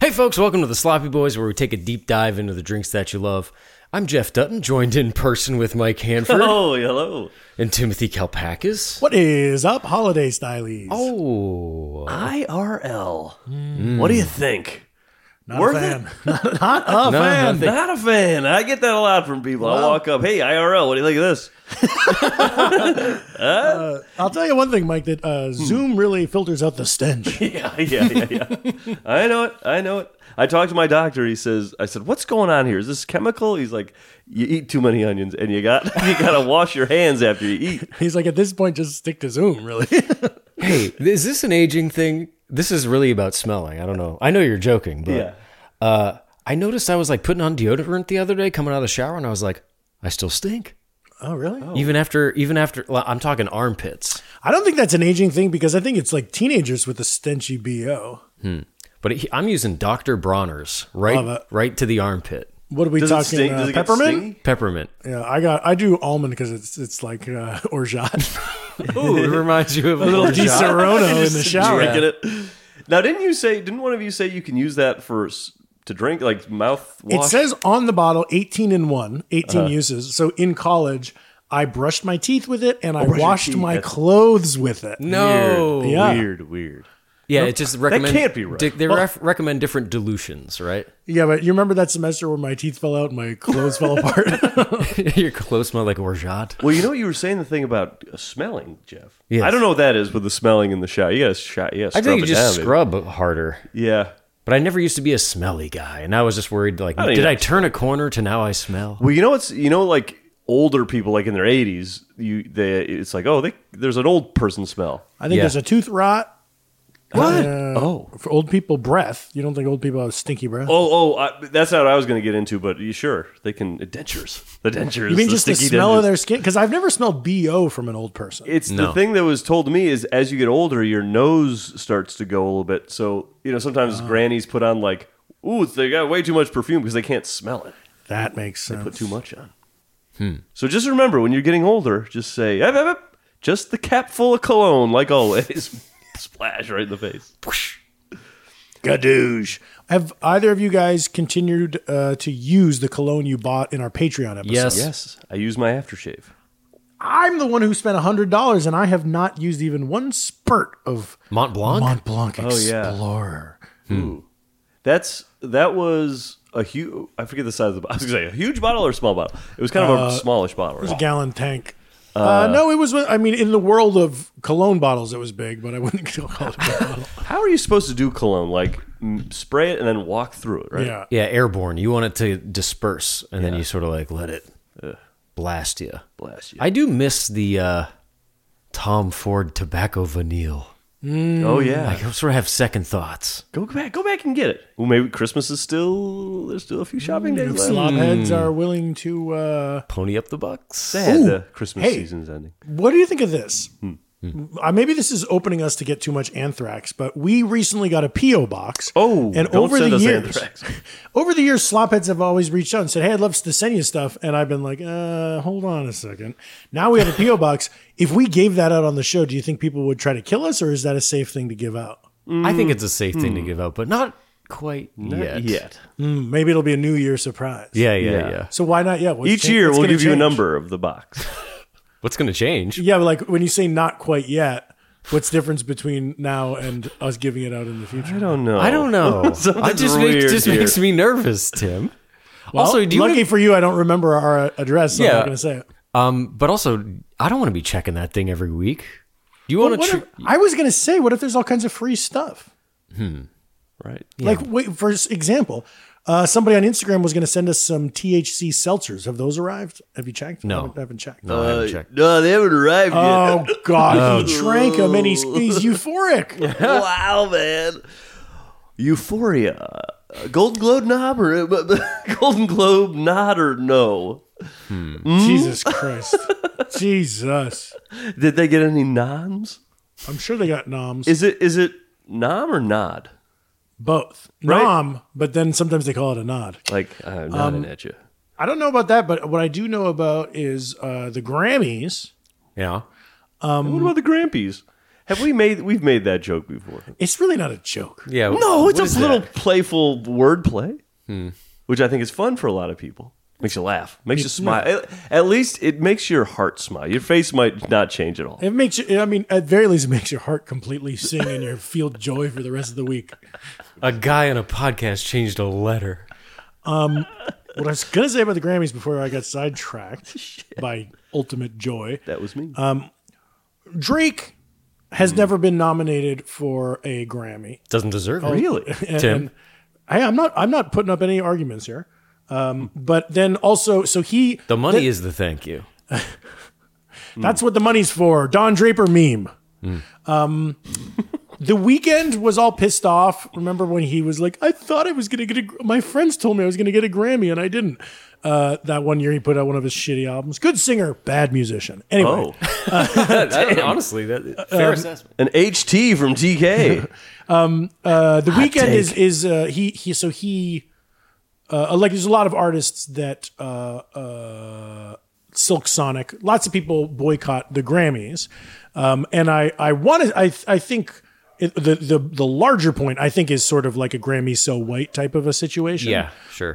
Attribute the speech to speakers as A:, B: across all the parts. A: Hey, folks, welcome to the Sloppy Boys, where we take a deep dive into the drinks that you love. I'm Jeff Dutton, joined in person with Mike Hanford
B: Hello, Oh, hello.
A: and Timothy Kalpakis.
C: What is up, holiday stylies?
A: Oh,
B: IRL. What do you think?
C: not
B: worth
C: a fan. Not, not a
A: No,
C: fan.
B: Not a fan. I get that a lot from people. I walk up, hey, IRL, what do you think of this?
C: I'll tell you one thing, Mike. That
B: Hmm.
C: uh, Zoom really filters out the stench.
B: yeah, yeah, yeah, yeah. I know it. I know it. I talked to my doctor. He says, I said, what's going on here? Is this chemical? He's like, you eat too many onions and you got you gotta wash your hands after you eat.
C: He's like, at this point, just stick to Zoom. Really,
A: hey, is this an aging thing? This is really about smelling. I don't know. I know you're joking, but uh, I noticed I was like putting on deodorant the other day, coming out of the shower, and I was like, I still stink.
C: oh really?
A: Even after, even after, well, I'm talking armpits.
C: I don't think that's an aging thing because I think it's like teenagers with a stenchy bo.
A: But it, I'm using Dr. Bronner's
C: Love
A: right,
C: it.
A: right to the armpit.
C: What are we
B: Does it
C: talking?
B: stink?
C: uh,
B: Does it get
C: peppermint?
A: Peppermint.
C: Yeah, I got. I do almond because it's it's like uh, orgeat.
A: Ooh, it reminds you of a
C: little
A: little
C: Di Serono in the shower.
B: Drinking it. Now, didn't you say? Didn't one of you say you can use that for s- to drink, like mouth wash?
C: It
B: Uh-huh.
C: says on the bottle 18 in 1, 18 uses. So in college, I brushed my teeth with it and I
B: brush Oh, your
C: washed
B: teeth.
C: my
B: That's-
C: clothes with it.
A: No.
C: Yeah.
B: Weird, weird.
A: Yeah, it just recommend.
B: can't be right.
A: di- they ref- recommend different dilutions, right?
C: Yeah, but you remember that semester where my teeth fell out and my clothes fell apart?
A: Your clothes smell like orgeat.
B: Well, you know, you were saying the thing about uh, smelling, Jeff.
A: Yes.
B: I don't know what that is with the smelling in the shower. You gotta shot. Yeah,
A: I
B: scrub
A: think you
B: it
A: just
B: down,
A: scrub harder.
B: baby. Yeah.
A: But I never used to be a smelly guy, and I was just worried. Like,
B: don't
A: did
B: even-
A: I turn a corner to now I smell?
B: Well, you know, it's you know, like older people, like in their eighties, you they it's like oh, they, there's an old person smell.
C: I think
A: Yeah.
C: there's a tooth rot.
A: What?
C: Uh,
A: Oh.
C: For old people, breath. You don't think old people have stinky breath?
B: Oh, oh, I, that's not what I was gonna get into, but you sure they can dentures, the dentures.
C: you mean
B: the
C: just the
B: sticky
C: smell
B: dentures.
C: of their skin? Because I've never smelled BO from an old person.
B: It's
A: No.
B: the thing that was told to me is as you get older, your nose starts to go a little bit. So you know, sometimes grannies put on like, ooh, they got way too much perfume because they can't smell it.
C: that makes sense.
B: Put too much on. So just remember when you're getting older, just say, "Ep, ep, ep," just the cap full of cologne, like always. Splash right in the face.
C: Gadoosh. Have either of you guys continued uh, to use the cologne you bought in our Patreon episode?
A: Yes.
B: Yes, I use my aftershave.
C: I'm the one who spent $100 and I have not used even one spurt of
A: Mont Blanc.
C: Mont Blanc
B: yeah.
C: Explorer.
B: That's that was a huge. I forget the size of the. bottle. I was gonna say a huge bottle or a small bottle. It was kind of a smallish bottle.
C: It was a
B: Right?
C: gallon tank. Uh, no, it was, I mean, in the world of cologne bottles, it was big, but I wouldn't call it a big bottle.
B: How are you supposed to do cologne? Like m- spray it and then walk through it, right?
C: Yeah.
A: Yeah, airborne. You want it to disperse, and then you sort of like let it blast you.
B: Blast you.
A: I do miss the uh, Tom Ford tobacco vanille.
B: oh yeah.
A: I sort of have second thoughts.
B: go back. Go back and get it. Well, maybe Christmas is still. There's still a few shopping days left.
C: Slobheads are willing to. Uh,
A: Pony up the bucks.
B: Sad the Christmas
C: hey.
B: season's ending.
C: what do you think of this?
B: Hmm.
C: Uh, maybe this is opening us to get too much anthrax, but we recently got a PO box.
B: Oh,
C: and
B: don't
C: over
B: send
C: the
B: us
C: years,
B: anthrax.
C: over the years, slopheads have always reached out and said, "Hey, I'd love to send you stuff," and I've been like, "Uh, hold on a second. Now we have a PO box. If we gave that out on the show, do you think people would try to kill us, or is that a safe thing to give out?
A: I think it's a safe thing to give up, but Mm. not quite yet.
C: Hmm, maybe it'll be a New Year surprise.
A: Yeah, yeah, yeah,
B: Yeah.
C: So why not yet? What's
B: Each
C: cha-
B: year
C: what's
B: we'll
C: gonna
B: give you a
C: change?
B: number of the box.
A: What's going to change?
C: Yeah, but like when you say not quite yet, what's the difference between now and us giving it out in the future?
B: I don't know.
A: I don't know. I
B: Something's
A: just make,
B: weird
A: just
B: here.
A: makes me nervous, Tim. also, do you
C: lucky
A: wanna-
C: for you, I don't remember our uh, address. So
A: Yeah.
C: I'm not going to say it.
A: um, but also, I don't want to be checking that thing every week. Do you want to?
C: What
A: Tr-
C: if- I was going to say, what if there's all kinds of free stuff?
B: Right.
C: Like, wait, for s- example, uh, somebody on Instagram was going to send us some THC seltzers. Have those arrived? Have you checked?
A: No.
C: I haven't, I haven't checked.
A: no, I haven't checked.
B: No, they haven't arrived
C: Oh God! He drank them and he's, he's euphoric.
B: yet. wow, man. Euphoria. Uh, Golden Globe nod or Golden Globe nod or no? Hmm?
C: Jesus Christ! Jesus!
B: Did they get any noms?
C: I'm sure they got noms.
B: Is it is it nom or nod?
C: both
B: Right.
C: nom, but then sometimes they call it a nod.
B: Like I'm nodding at you.
C: I don't know about that, but what I do know about is uh, the Grammys.
A: Yeah.
B: um, what about the Grampies? Have we made? We've made that joke before.
C: It's really not a joke.
A: Yeah.
B: No,
A: Oh, what
B: it's
A: is
B: a
A: that? Hmm.
B: little playful wordplay, which I think is fun for a lot of people. Makes you laugh, makes you smile. At- At least it makes your heart smile. Your face might not change at all.
C: It makes you. I mean, at very least, it makes your heart completely sing and you feel joy for the rest of the week.
A: A guy on a podcast changed a letter.
C: What I was gonna say about the Grammys before I got sidetracked by ultimate joy.
B: That was me.
A: Uh,
C: Drake
B: Hmm.
C: has never been nominated for a Grammy.
A: Doesn't deserve it.
B: really?
C: And-
A: Tim.
C: and I, I'm not. I'm not putting up any arguments here. Um, but then also, so he.
A: The money is the thank you.
C: Hmm. That's what the money's for. Don Draper meme. Um, the weekend was all pissed off. Remember when he was like, "I thought I was gonna get a. My friends told me I was gonna get a Grammy, and I didn't." Uh, that one year he put out one of his shitty albums. Good singer, bad musician. Anyway,
B: oh,
A: honestly, that fair assessment.
B: an HT from TK.
C: Uh, the weekend is is uh, he he so he uh, like there's a lot of artists that uh, uh, Silk Sonic lots of people boycott the Grammys um, and I I want to I I think it, the the the larger point I think is sort of like a Grammy so white type of a situation
A: Yeah, sure.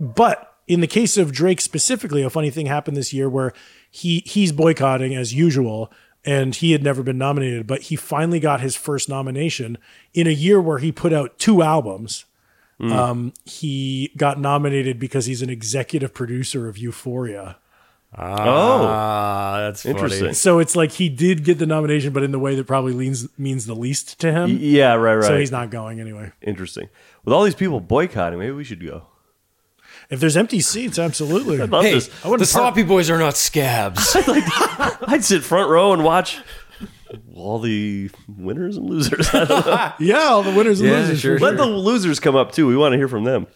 C: but in the case of Drake specifically, a funny thing happened this year where he he's boycotting as usual, and he had never been nominated, but he finally got his first nomination in a year where he put out two albums.
A: Mm.
C: Um, he got nominated because he's an executive producer of Euphoria.
A: Uh,
B: oh,
A: Ah, that's funny.
B: interesting.
C: So it's like he did get the nomination, but in the way that probably leans, means the least to him.
B: Yeah, right, right.
C: So he's not going anyway.
B: interesting. With all these people boycotting, maybe we should go.
C: If there's empty seats, absolutely.
B: Love
A: Hey,
B: this.
A: the sloppy boys are not scabs.
B: I'd sit front row and watch all the winners and losers. I don't know.
C: yeah, all the winners and
A: Yeah,
C: losers.
A: sure.
B: Let the losers come up too. We want to hear from them.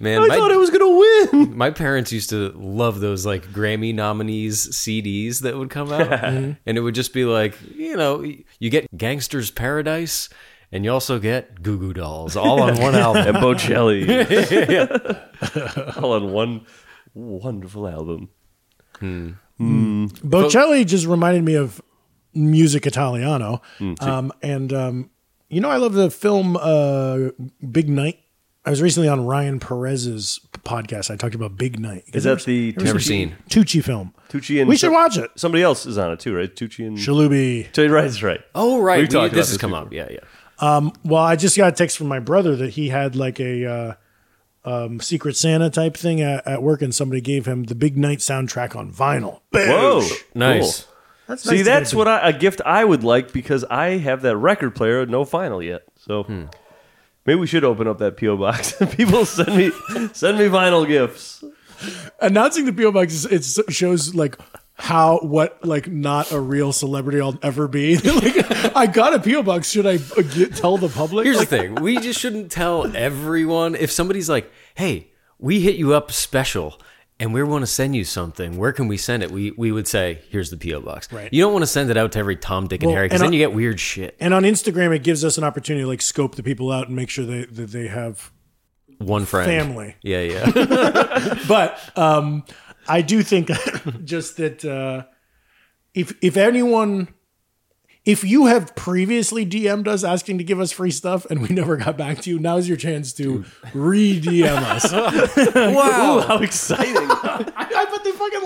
A: Man,
B: I
A: my,
B: thought I was going to win.
A: my parents used to love those like Grammy nominees CDs that would come out,
C: Mm-hmm.
A: and it would just be like, you know, you get Gangster's Paradise, and you also get Goo Goo Dolls all on one album.
B: and Bocelli. All on one wonderful album.
C: Bocelli just reminded me of music Italiano,
B: Hmm,
C: um, and um, you know I love the film uh, Big Night. I was recently on Ryan Perez's podcast. I talked about Big Night.
B: Is that the
A: Never seen.
C: Tucci film?
B: Tucci and
C: we should watch it.
B: Somebody else is on it too, right? Tucci and
C: Shalubi.
B: Tucci, right, that's right.
A: Oh right,
B: We've
A: we-
B: talked about
A: this has
B: this
A: come up. Yeah, yeah.
C: Well, I just got a text from my brother that he had like a uh, um, Secret Santa type thing at, at work, and somebody gave him the Big Night soundtrack on vinyl. Bam.
B: Whoa,
A: Nice.
B: cool.
C: That's nice
B: See,
C: to get
B: that's what I, a gift I would like because I have that record player with no final yet. So maybe we should open up that PO box. People send me send me vinyl gifts.
C: announcing the PO box is, it shows like how what like not a real celebrity I'll ever be. like I got a PO box. Should I uh, get, tell the public?
A: Here's the
C: Like,
A: thing: we just shouldn't tell everyone. If somebody's like, "Hey, we hit you up special." And we want to send you something. Where can we send it? We we would say, here's the PO box.
C: Right.
A: You don't want to send it out to every Tom, Dick, and
C: Well,
A: Harry because
C: and
A: then
C: I-
A: you get weird shit.
C: and on Instagram, it gives us an opportunity to like scope the people out and make sure they, that they have.
A: One friend,
C: Family.
A: Yeah, yeah.
C: But um, I do think just that uh, if if anyone. If you have previously DM'd us asking to give us free stuff and we never got back to you, now's your chance to re DM us.
A: wow.
B: How exciting!
C: I, I bet they fucking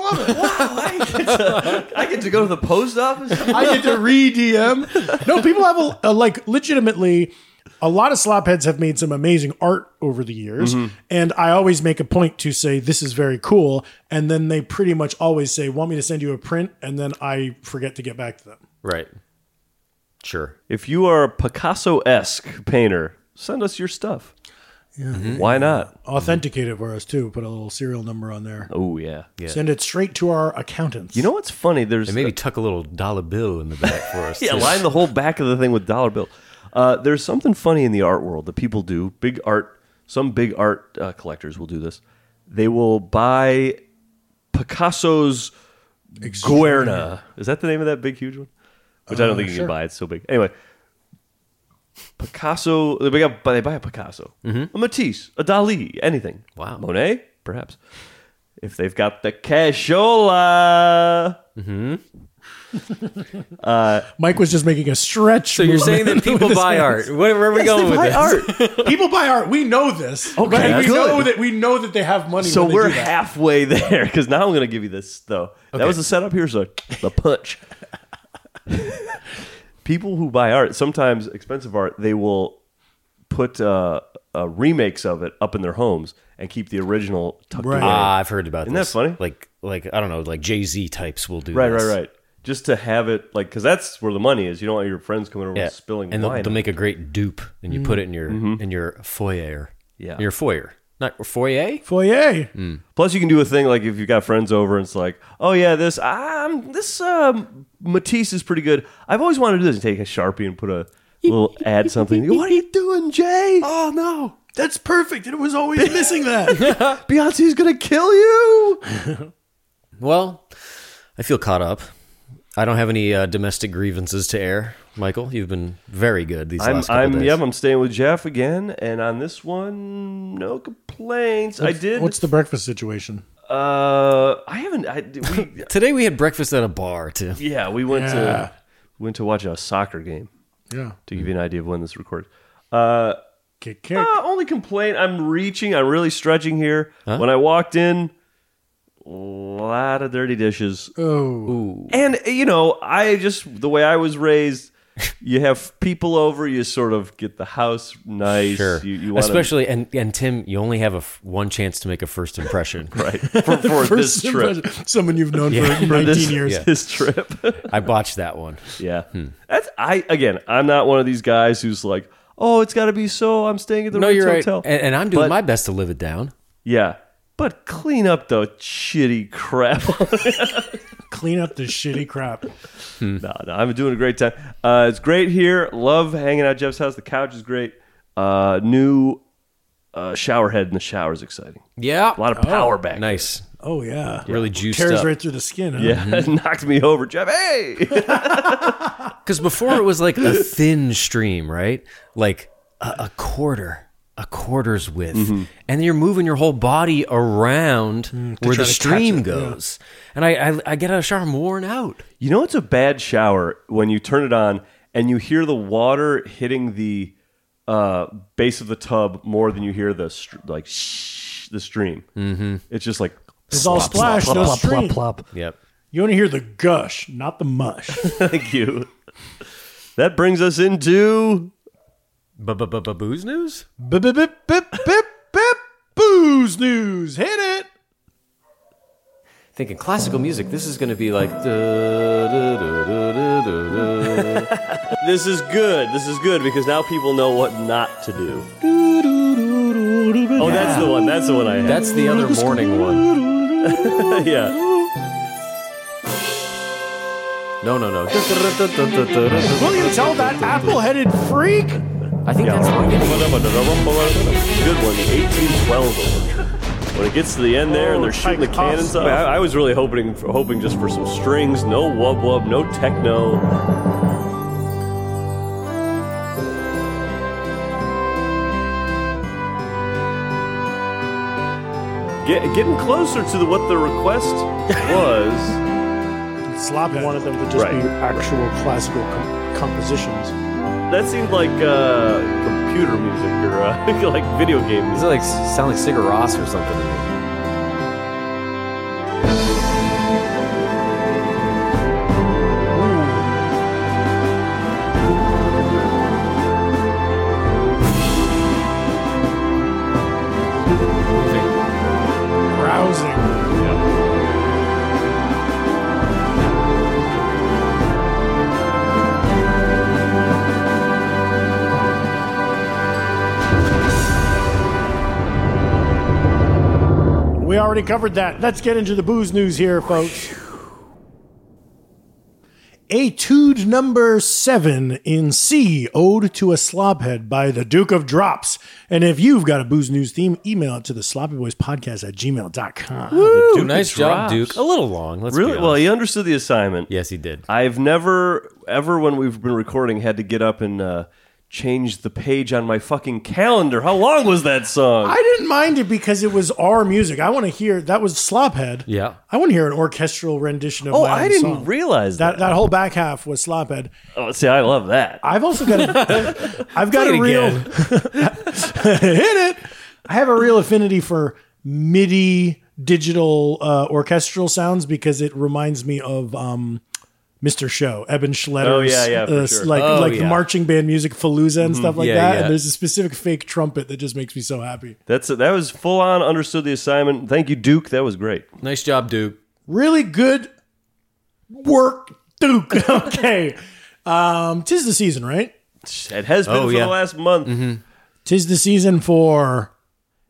C: love it.
B: I get to go to the post office.
C: I get to re DM. No, people have a, a like legitimately. A lot of slopheads have made some amazing art over the years,
B: Mm-hmm.
C: and I always make a point to say this is very cool, and then they pretty much always say, "Want me to send you a print?" and then I forget to get back to them.
A: Right. Sure.
B: If you are a Picasso esque painter, send us your stuff. Why not?
C: Authenticate it for us too. Put a little serial number on there.
B: Mm-hmm. Oh yeah. yeah.
C: Send it straight to our accountants.
B: You know what's funny? There's
A: Maybe tuck a little dollar bill in the back for us.
B: yeah,
A: too.
B: line the whole back of the thing with dollar bill. Uh, there's something funny in the art world that people do. Big art, some big art uh, collectors will do this. They will buy Picasso's Guerna. Is that the name of that big huge one? Which I don't think you
C: sure.
B: can buy. It's so big. Anyway, Picasso. They buy, they buy a Picasso, a Matisse, a Dali, anything.
A: Wow.
B: Monet, perhaps. If they've got the cashola,
C: Mike was just making a stretch.
A: So you're saying that people buy art? Where, where are we going with
B: High
A: this?
B: art.
C: People buy art. We know this.
B: Okay,
C: Right? we
B: good.
C: know that we know that they have money.
B: So
C: when they
B: we're
C: do that.
B: halfway there because now I'm going to give you this though. That was the setup. Here's a, the punch. People who buy art, sometimes expensive art, they will put uh, uh, remakes of it up in their homes and keep the original tucked
C: Right.
B: away.
A: Ah, I've heard about
B: Isn't that
A: this.
B: funny?
A: Like, like I don't know, like Jay Z types will do
B: Right,
A: this.
B: right, right. Just to have it like because that's where the money is. You don't want your friends coming over
A: Yeah,
B: and spilling
A: and
B: wine.
A: they'll, they'll make a great dupe, and you put it in your in your foyer.
B: Yeah.
A: in your foyer, not foyer.
C: foyer.
B: Plus, you can do a thing like if you've got friends over, and it's like, oh yeah, this um this um Matisse is pretty good. I've always wanted to do this. take a sharpie and put a little add something. You go, what are you doing, Jay?
C: Oh no, that's perfect. It was always missing that.
B: Beyonce's gonna kill you.
A: Well, I feel caught up. I don't have any uh, domestic grievances to air. Michael, you've been very good these
B: I'm
A: last couple
B: I'm
A: days.
B: yep. I'm staying with Jeff again, and on this one, no complaints. I did.
C: What's the breakfast situation?
B: uh, I haven't. I we
A: Today we had breakfast at a bar too.
B: yeah we went
C: Yeah.
B: to went to watch a soccer game
C: Yeah,
B: to give you an idea of when this recorded. Uh.
C: kick kick.
B: Uh, only complaint. I'm reaching. I'm really stretching here. When I walked in, a lot of dirty dishes.
C: oh,
B: And you know, I just the way I was raised. You have people over. You sort of get the house nice.
A: Sure,
B: You, you want
A: especially and and Tim, you only have a f- one chance to make a first impression.
B: right for, for this trip.
C: impression. someone you've known for 19
B: For this,
C: years.
B: this trip.
A: I botched that one.
B: yeah.
A: Hmm.
B: That's I again. I'm not one of these guys who's like, oh, it's got to be so. I'm staying at the
A: No,
B: Ritz
A: you're right,
B: hotel.
A: and, and I'm doing
B: But-
A: my best to live it down.
B: yeah. But clean up the shitty crap
C: Clean up the shitty crap.
B: No, no, I'm doing a great time. Uh, it's great here. Love hanging out at Jeff's house. The couch is great. Uh, new uh, shower head in the shower is exciting.
A: Yeah,
B: A lot of power back.
A: nice,
C: Oh yeah,
A: really juiced
C: tears
A: up.
C: right through the skin. Huh?
B: Yeah, it knocked me over, Jeff. Hey,
A: Because before it was like a thin stream, right? Like a, a quarter, a quarter's width,
B: Mm-hmm.
A: and you're moving your whole body around
B: Mm,
A: where the
C: to catch
A: stream
C: it,
A: goes. And I, I, I get out of the shower, I'm worn out.
B: you know it's a bad shower when you turn it on and you hear the water hitting the uh, base of the tub more than you hear the str- like shh, the stream. Mm-hmm. It's just like
C: It's all splash, no stream.
A: Yep.
C: You want to hear the gush, not the mush.
B: thank you. that brings us into
A: Booze news.
C: Bip, bip, bip, bip, bip, bip. Booze news. Hit it.
A: Thinking classical music, this is going to be like. duh, duh, duh, duh, duh, duh, duh.
B: This is good. This is good because now people know what not to do. Oh, that's the one. That's the one I had.
A: That's the other morning one.
B: yeah.
A: No, no, no. I
C: Will you tell that apple-headed freak?
A: think that's the beginning.
B: Good one. The 1812 Overture. When it gets to the end there and they're shooting the cannons up, I, I was really hoping hoping just for some strings, no wub wub, no techno. Get, getting closer to the, what the request was.
C: Slop wanted them to just
B: Right.
D: be actual classical com- compositions.
B: That seemed like uh, computer music or uh, like video game
A: This
B: music.
A: is like sound like Sigur Ross or something. to me.
C: Rousing. We already covered that. Let's get into the booze news here, folks. Etude number seven in C, Ode to a Slobhead by the Duke of Drops. And if you've got a booze news theme, email it to the sloppy boys podcast at gmail.com.
A: Duke, nice job,
B: drops.
A: Duke. A little long. Let's
B: Really?
A: Be
B: Well,
A: honest.
B: he understood the assignment.
A: yes, he did.
B: I've never, ever when we've been recording, had to get up and uh, changed the page on my fucking calendar. How long was that song?
C: I didn't mind it because it was our music. I want to hear that was Slophead.
A: Yeah.
C: I want to hear an orchestral rendition of
B: oh,
C: my own
B: I didn't
C: song.
B: realize that.
C: that that whole back half was Slophead.
B: Oh, see, I love that.
C: I've also got a, I've got
B: Play it
C: a real
B: again.
C: hit it. I have a real affinity for MIDI digital uh, orchestral sounds because it reminds me of um, Mr. Show, Eben Schletter's,
B: Oh, yeah, yeah, for
C: uh,
B: sure. Mm-hmm.
C: like
A: Oh,
C: like
A: yeah.
C: marching band music, Fallujah and stuff like
A: Yeah,
C: that.
A: yeah.
C: And there's a specific fake trumpet that just makes me so happy.
B: That's that was full on. Understood the assignment. Thank you, Duke. That was great.
A: Nice job, Duke.
C: Really good work, Duke. okay, um, tis the season, right?
B: It has been
A: Oh,
B: for
A: yeah.
B: the last month.
C: Tis the season for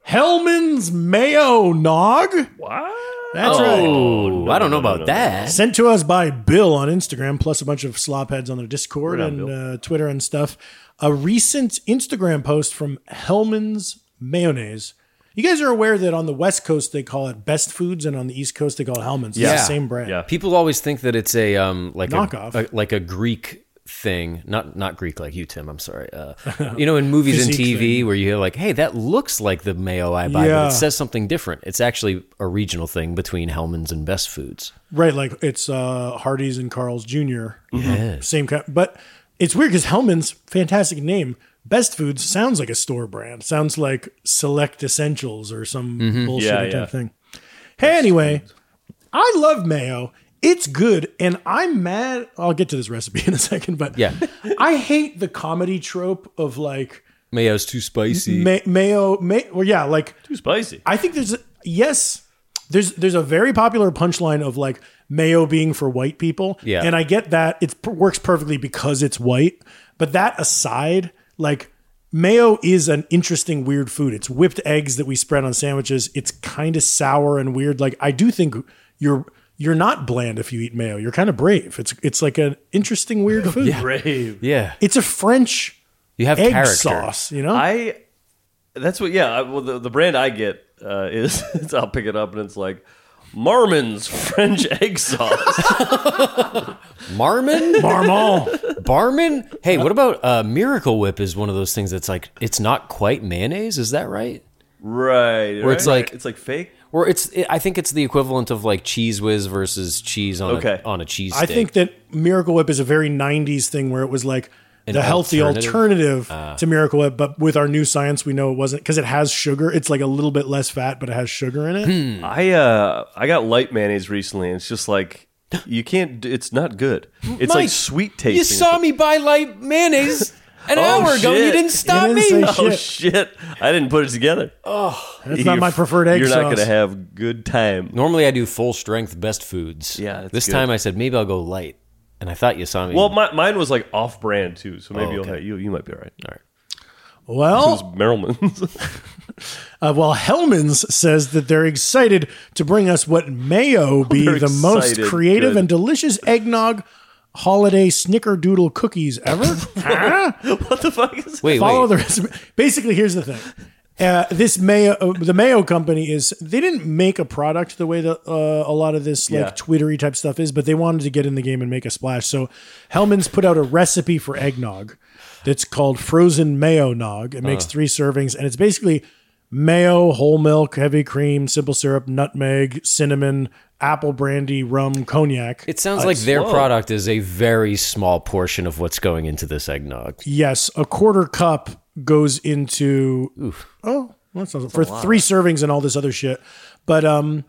C: Hellman's Mayo Nog.
B: What?
C: That's right.
A: Oh, I don't know about
B: no,
A: that.
C: Sent to us by Bill on Instagram, plus a bunch of slopheads on their Discord and uh, Twitter and stuff. A recent Instagram post from Hellman's Mayonnaise. You guys are aware that on the West Coast they call it Best Foods, and on the East Coast they call it Hellman's. Yeah,
A: Yeah.
C: it's the same brand.
B: Yeah.
A: People always think that it's a um like a-
C: Knockoff.
A: a, like a Greek thing, not not Greek like you, Tim. I'm sorry. Uh, you know, in movies and
C: Physique
A: TV where you hear like, "Hey, that looks like the mayo I buy,"
C: Yeah.
A: but it says something different. It's actually a regional thing between Hellman's and Best Foods.
C: Right, like it's uh, Hardee's and Carl's junior
A: Yes.
C: Same kind, but it's weird because Hellman's fantastic name. Best Foods sounds like a store brand. Sounds like Select Essentials or some bullshit
B: Yeah,
C: type
B: yeah.
C: thing. Hey, anyway, I love mayo. It's good, and I'm mad. I'll get to this recipe in a second, but
A: Yeah.
C: I hate the comedy trope of like
A: Mayo's too spicy.
C: ma- mayo. Ma- well, yeah, like
B: Too spicy.
C: I think there's a, yes, there's there's a very popular punchline of like mayo being for white people.
A: Yeah.
C: and I get that it works perfectly because it's white. But that aside, like mayo is an interesting weird food. It's whipped eggs that we spread on sandwiches. It's kind of sour and weird. Like I do think you're you're not bland if you eat mayo. You're kind of brave. It's it's like an interesting weird food.
B: Brave.
A: yeah,
C: It's a French
A: you have
C: egg
A: character.
C: sauce. You know,
B: I. That's what. Yeah. I, well, the, the brand I get uh, is it's, I'll pick it up and it's like Marmon's French egg sauce.
A: Marmon,
C: Marmol.
A: Barman. Hey, what about uh, Miracle Whip? Is one of those things that's like it's not quite mayonnaise. Is that right?
B: right.
A: Where it's
B: right,
A: like-
B: it's like fake.
A: Or it's it, I think it's the equivalent of like cheese whiz versus cheese on
B: Okay.
A: a, on a cheese.
C: I think that Miracle Whip is a very 90s thing where it was like the healthy alternative,
A: alternative?
B: Ah.
C: to Miracle Whip, but with our new science, we know it wasn't because it has sugar. It's like a little bit less fat, but it has sugar in it.
B: I uh I got light mayonnaise recently, and it's just like you can't. d- It's not good. It's like
A: Mike,
B: sweet tasting.
A: you saw me buy light mayonnaise an
B: Oh,
A: hour ago. and You
B: shit.
A: didn't stop
C: You
A: me.
C: didn't say
B: Oh shit. I didn't put it together.
C: That's not my preferred egg
B: You're
C: sauce.
B: not gonna have good time.
A: Normally I do full strength best foods.
B: Yeah, that's
A: this
B: good.
A: time I said maybe I'll go light, and I thought you saw me.
B: Well, my, mine was like off brand too, so
A: Oh,
B: maybe
A: okay.
B: you'll have, you you might be all right. All right. It was
C: well,
B: Merrillman's.
C: uh, well, Hellman's says that they're excited to bring us what mayo be the
B: They're
C: most
B: excited.
C: creative
B: Good.
C: and delicious eggnog holiday snickerdoodle cookies ever. Huh?
B: what the fuck is?
A: wait,
C: follow
A: wait.
C: the recipe. Basically, here's the thing: uh, this mayo, uh, the mayo company is they didn't make a product the way that uh, a lot of this like
B: Yeah.
C: Twittery type stuff is, but they wanted to get in the game and make a splash. So Hellman's put out a recipe for eggnog that's called frozen mayo nog. It
A: Uh.
C: makes three servings, and it's basically mayo, whole milk, heavy cream, simple syrup, nutmeg, cinnamon, apple brandy, rum, cognac.
A: It sounds like their
B: slow.
A: product is a very small portion of what's going into this eggnog.
C: Yes, a quarter cup goes into oh, well, that sounds for three servings and all this other shit. But um,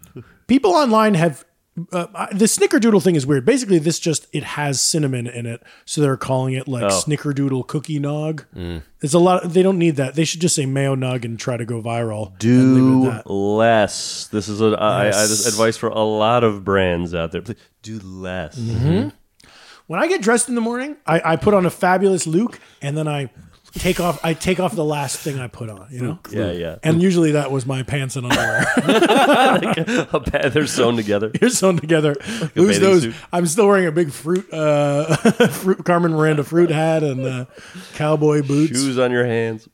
C: people online have uh, I- the snickerdoodle thing is weird. Basically, this just it has cinnamon in it, so they're calling it
B: Oh.
C: like snickerdoodle cookie nog.
B: Mm.
C: It's a lot. They don't need that. They should just say mayo nog and try to go viral. and leave
B: Do
C: it at that.
B: less. This is a I I, I this is advice for a lot of brands out there. Please do less.
C: when I get dressed in the morning, I, I put on a fabulous look and then I take off. I take off the last thing I put on. You know.
B: Yeah, yeah.
C: And usually that was my pants and underwear.
B: A bad- They're sewn together.
C: You're sewn together. Lose
B: bathing
C: those.
B: suit.
C: I'm still wearing a big fruit, uh, fruit Carmen Miranda fruit hat and uh, cowboy boots.
B: Shoes on your hands.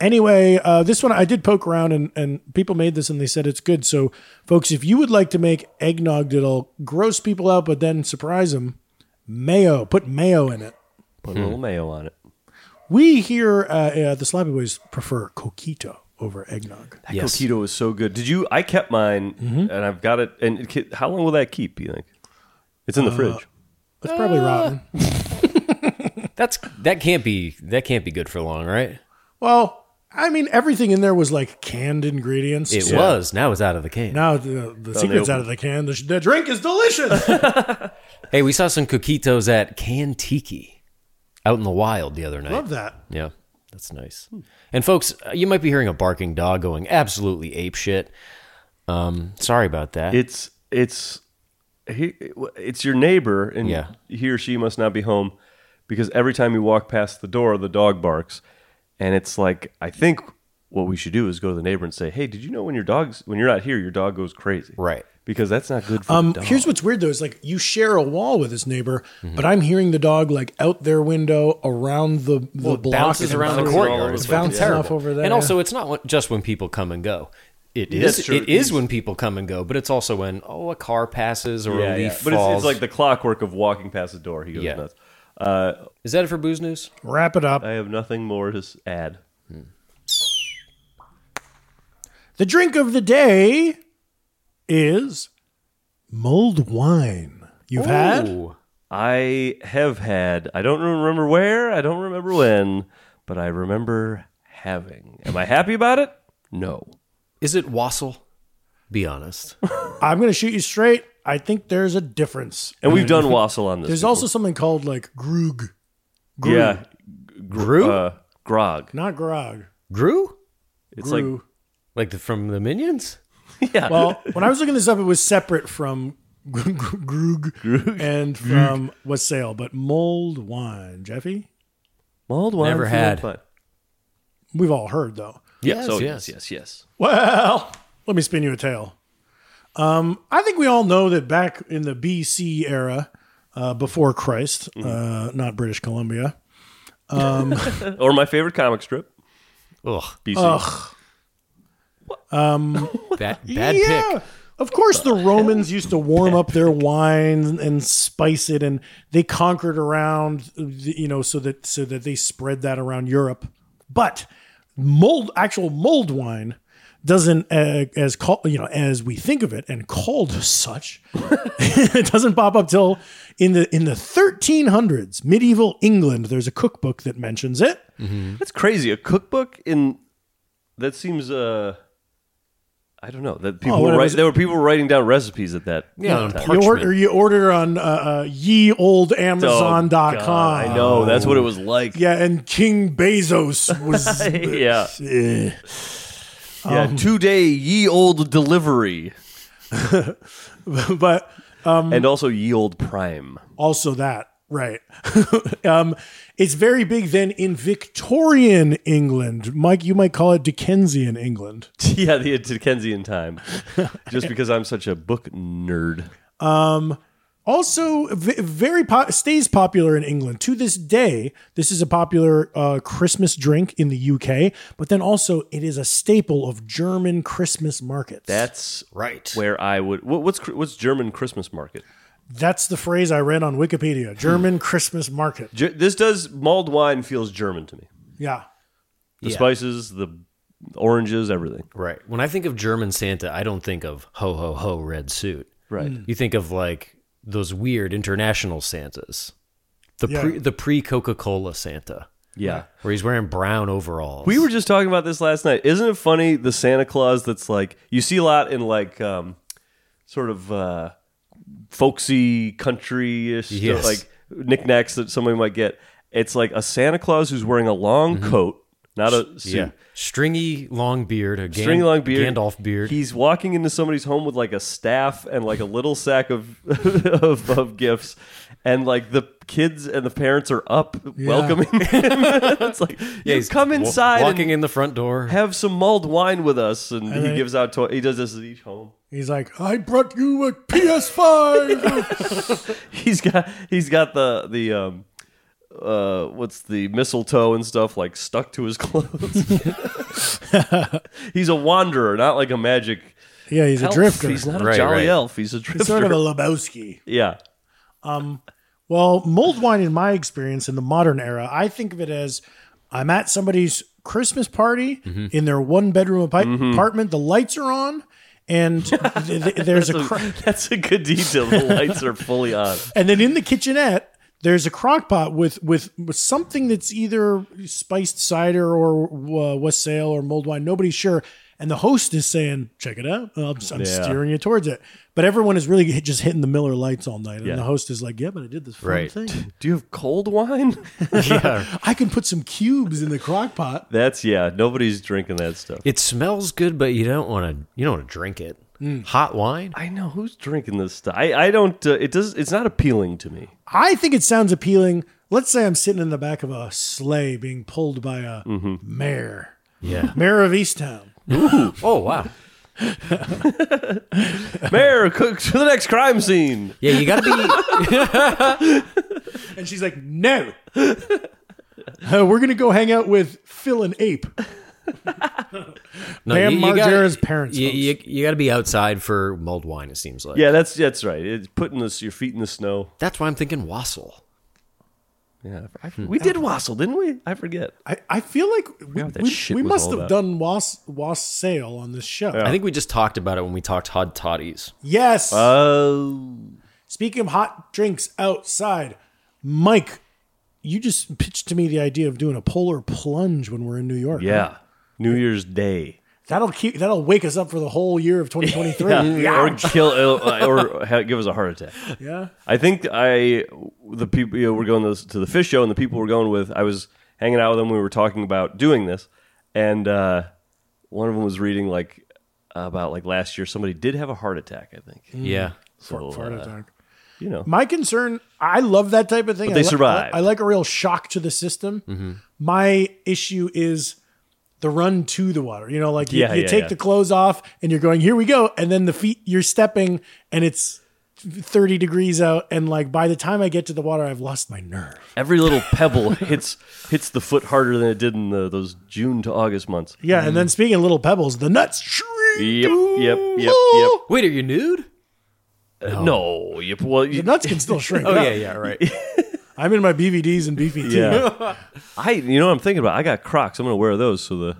C: Anyway, uh, this one I did poke around and, and people made this and they said it's good. So, folks, if you would like to make eggnog that'll gross people out but then surprise them, mayo. Put mayo in it.
B: Put a little mayo on it.
C: We here uh, uh, the Sloppy Boys prefer coquito over eggnog.
B: That
A: Yes. Mm-hmm.
B: coquito is so good. Did you? I kept mine, and I've got it. And it, ca- how long will that keep? You think? It's
A: Uh,
B: in the fridge.
C: That's probably rotten.
A: That's that can't be that can't be good for long, right?
C: Well, I mean, everything in there was like canned ingredients.
A: It
C: so
A: was. Now it's out of the can.
C: Now the, the secret's
B: open.
C: out of the can. The, sh- the drink is delicious.
A: Hey, we saw some coquitos at Cantiki out in the wild the other night.
C: Love that.
A: Yeah, that's nice. And folks, uh, you might be hearing a barking dog going absolutely ape shit. Um, sorry about that.
B: It's it's he, it's your neighbor, and
A: Yeah.
B: he or she must not be home because every time you walk past the door, the dog barks, and it's like I think what we should do is go to the neighbor and say, "Hey, did you know when your dog's when you're not here, your dog goes crazy?"
A: Right.
B: Because that's not good for
C: Um,
B: the dog.
C: here's what's weird though is like you share a wall with this neighbor,
B: Mm-hmm.
C: but I'm hearing the dog like out their window around the, the
A: Well, it
C: block.
A: bounces
C: and
A: around the
C: bouncing-
A: courtyard.
C: It's
A: It's fucking
C: bouncing
A: terrible.
C: off over there.
A: And also, it's not when- just when people come and go. It
B: That's
A: is.
B: true.
A: It is when people come and go, but it's also when oh a car passes or a leaf
B: But it's,
A: falls.
B: it's like the clockwork of walking past the door. He goes
A: Yeah.
B: nuts. Uh,
A: is that it for booze news?
C: wrap it up.
B: I have nothing more to s- add.
C: The drink of the day is mulled wine. You've had
A: Ooh.
B: I have had, I don't remember where, I don't remember when, but I remember having. Am I happy about it? No.
A: Is it wassail? Be honest.
C: I'm gonna shoot you straight. I think there's a difference.
B: And we've done wassail on this.
C: There's also something called like grug,
B: before. yeah,
A: Gru?
B: uh, grog.
C: not grog.
A: Gru?
B: It's
C: Grug.
B: like
A: Like the, from the Minions?
B: yeah,
C: Well, when I was looking this up, it was separate from gr- gr- Grug, and from wassail, but mulled wine, Jeffy.
B: mulled wine.
A: Never
B: for my
A: had.
B: fun.
C: We've all heard though.
B: Yes, oh, yes, yes, yes.
C: Well, let me spin you a tale. Um, I think we all know that back in the BC era, uh, before Christ, uh, not British Columbia,
B: Or my favorite comic strip,
A: Ugh.
B: BC.
A: Bad, bad pick.
C: Of course, the Romans used to warm up their wine and spice it, and they conquered around, you know, so that so that they spread that around Europe. But mold, actual mold wine, doesn't uh, as call you know as we think of it and called as such. it doesn't pop up till in the in the 1300s, medieval England. There's a cookbook that mentions it.
B: That's crazy. A cookbook in that seems uh I don't know. That people
C: Oh,
B: were
C: what
B: writing
C: was it?
B: there were people writing down recipes at that.
A: Yeah, on
C: You
A: parchment.
C: order, you order on uh, uh, ye old
B: Oh,
C: Amazon.com.
B: God, I know. That's what it was like.
C: Yeah, and King Bezos was.
B: yeah.
C: Eh.
B: Yeah. Two day ye old delivery.
C: but
B: and also ye old prime.
C: also that, right. um, it's very big then in Victorian England. Mike, you might call it Dickensian England.
B: yeah, the Dickensian time. Just because I'm such a book nerd.
C: Also, v- very po- stays popular in England to this day. This is a popular uh, Christmas drink in the UK, but then also it is a staple of German Christmas markets.
B: That's
A: Right.
B: where I would what, what's cr- what's German Christmas market?
C: That's the phrase I read on Wikipedia. German Christmas market.
B: Ge- this does mulled wine feels German to me.
C: Yeah.
B: The
A: Yeah.
B: spices, the oranges, everything.
A: Right. When I think of German Santa, I don't think of ho ho ho red suit.
B: Right.
A: You think of like those weird international Santas. The
C: Yeah.
A: pre the pre Coca Cola Santa.
B: Yeah.
A: Where he's wearing brown overalls.
B: We were just talking about this last night. Isn't it funny the Santa Claus that's like you see a lot in like um, sort of uh, folksy country ish
A: Yes.
B: like knickknacks that somebody might get. It's like a Santa Claus who's wearing a long coat, not a suit.
A: Mm-hmm. yeah. stringy long beard, a Gan-
B: String long beard,
A: Gandalf beard.
B: He's walking into somebody's home with like a staff and like a little sack of of, of gifts, and like the kids and the parents are up welcoming him. it's like yeah, you
A: he's
B: come
A: wa-
B: inside, and-
A: walking in the front door.
B: have some mulled wine with us, and, he
C: then-
B: gives out toy. He does this at each home.
C: He's like, I brought you a PS5.
B: He's got he's got the the um uh what's the mistletoe and stuff like stuck to his clothes. he's a wanderer, not like a magic
C: yeah, he's a
B: elf.
C: drifter.
B: He's not a
A: Right,
B: jolly
A: right.
B: elf. He's a drifter.
C: sort of a Lebowski.
B: yeah.
C: Well, mulled wine, in my experience in the modern era, I think of it as I'm at somebody's Christmas party
B: Mm-hmm.
C: in their one bedroom apartment. The lights are on, and th- th- there's a cr-
B: That's a good detail. The lights are fully on.
C: and then in the kitchenette there's a crock pot with, with with something that's either spiced cider or uh, West Sale or mulled wine. Nobody's sure. And the host is saying, "Check it out." I'm, I'm steering you towards it, but everyone is really hit- just hitting the Miller Lights all night. And the host is like, "Yeah, but I did this fun
A: Right.
C: thing.
B: Do you have cold wine?
C: I can put some cubes in the crock pot."
B: That's yeah. Nobody's drinking that stuff.
A: It smells good, but you don't want to. You don't want to drink it.
B: Mm.
A: Hot wine.
B: I know who's drinking this stuff. I, I don't. Uh, it does. It's not appealing to me.
C: I think it sounds appealing. Let's say I'm sitting in the back of a sleigh being pulled by a mare,
A: Mm-hmm. Yeah.
C: mare of Easttown.
A: oh wow.
B: Mayor, cook to the next crime scene.
A: Yeah, you gotta be.
C: And she's like, no. Uh, we're going to go hang out with Phil and Ape.
A: No,
C: Bam
A: you, you gotta-
C: Margera's parents,
A: You,
C: folks.
A: you, you got to be outside for mulled wine. It seems like.
B: Yeah, that's that's right. It's putting this your feet in the snow.
A: That's why I'm thinking Wassel.
B: Yeah, I- we did wassail, didn't we? I forget.
C: I, I feel like we,
B: what that
C: we-
B: shit
C: we
B: was
C: must
B: all
C: have
B: about.
C: done was was Sale on this show.
A: I think we just talked about it when we talked hot toddies.
C: Yes.
B: Oh,
C: Speaking of hot drinks outside, Mike, you just pitched to me the idea of doing a polar plunge when we're in New York.
B: yeah. New Year's Day.
C: That'll keep that'll wake us up for the whole year of 2023. yeah.
B: Or kill uh, or ha- give us a heart attack. I think I the people you know, were going to, to the fish show, and the people we're going with. I was hanging out with them. We were talking about doing this, and uh, one of them was reading like about like last year somebody did have a heart attack. I think
A: Yeah.
B: so.
C: Heart
B: uh,
C: attack.
B: you know,
C: My concern, I love that type of thing.
B: they Mm-hmm.
C: I li-
B: survived.
C: I like a real shock to the system. My issue is the run to the water. You know, like you,
B: Yeah,
C: you
B: yeah,
C: take
B: yeah.
C: the clothes off and you're going, here we go. And then the feet, you're stepping and it's 30 degrees out. And like by the time I get to the water, I've lost my nerve.
B: every little pebble hits hits the foot harder than it did in the, those June to August months.
C: Yeah. And then speaking of little pebbles, the nuts. shriek.
B: Mm. Yep, yep, yep, yep.
A: Wait, are you nude?
B: Uh, no, yep. Well,
C: The
B: you,
C: nuts can still shrink.
A: Oh yeah, yeah, right.
C: I'm in my BVDs and BVT.
B: yeah. I you know what I'm thinking about. I got Crocs. I'm gonna wear those so the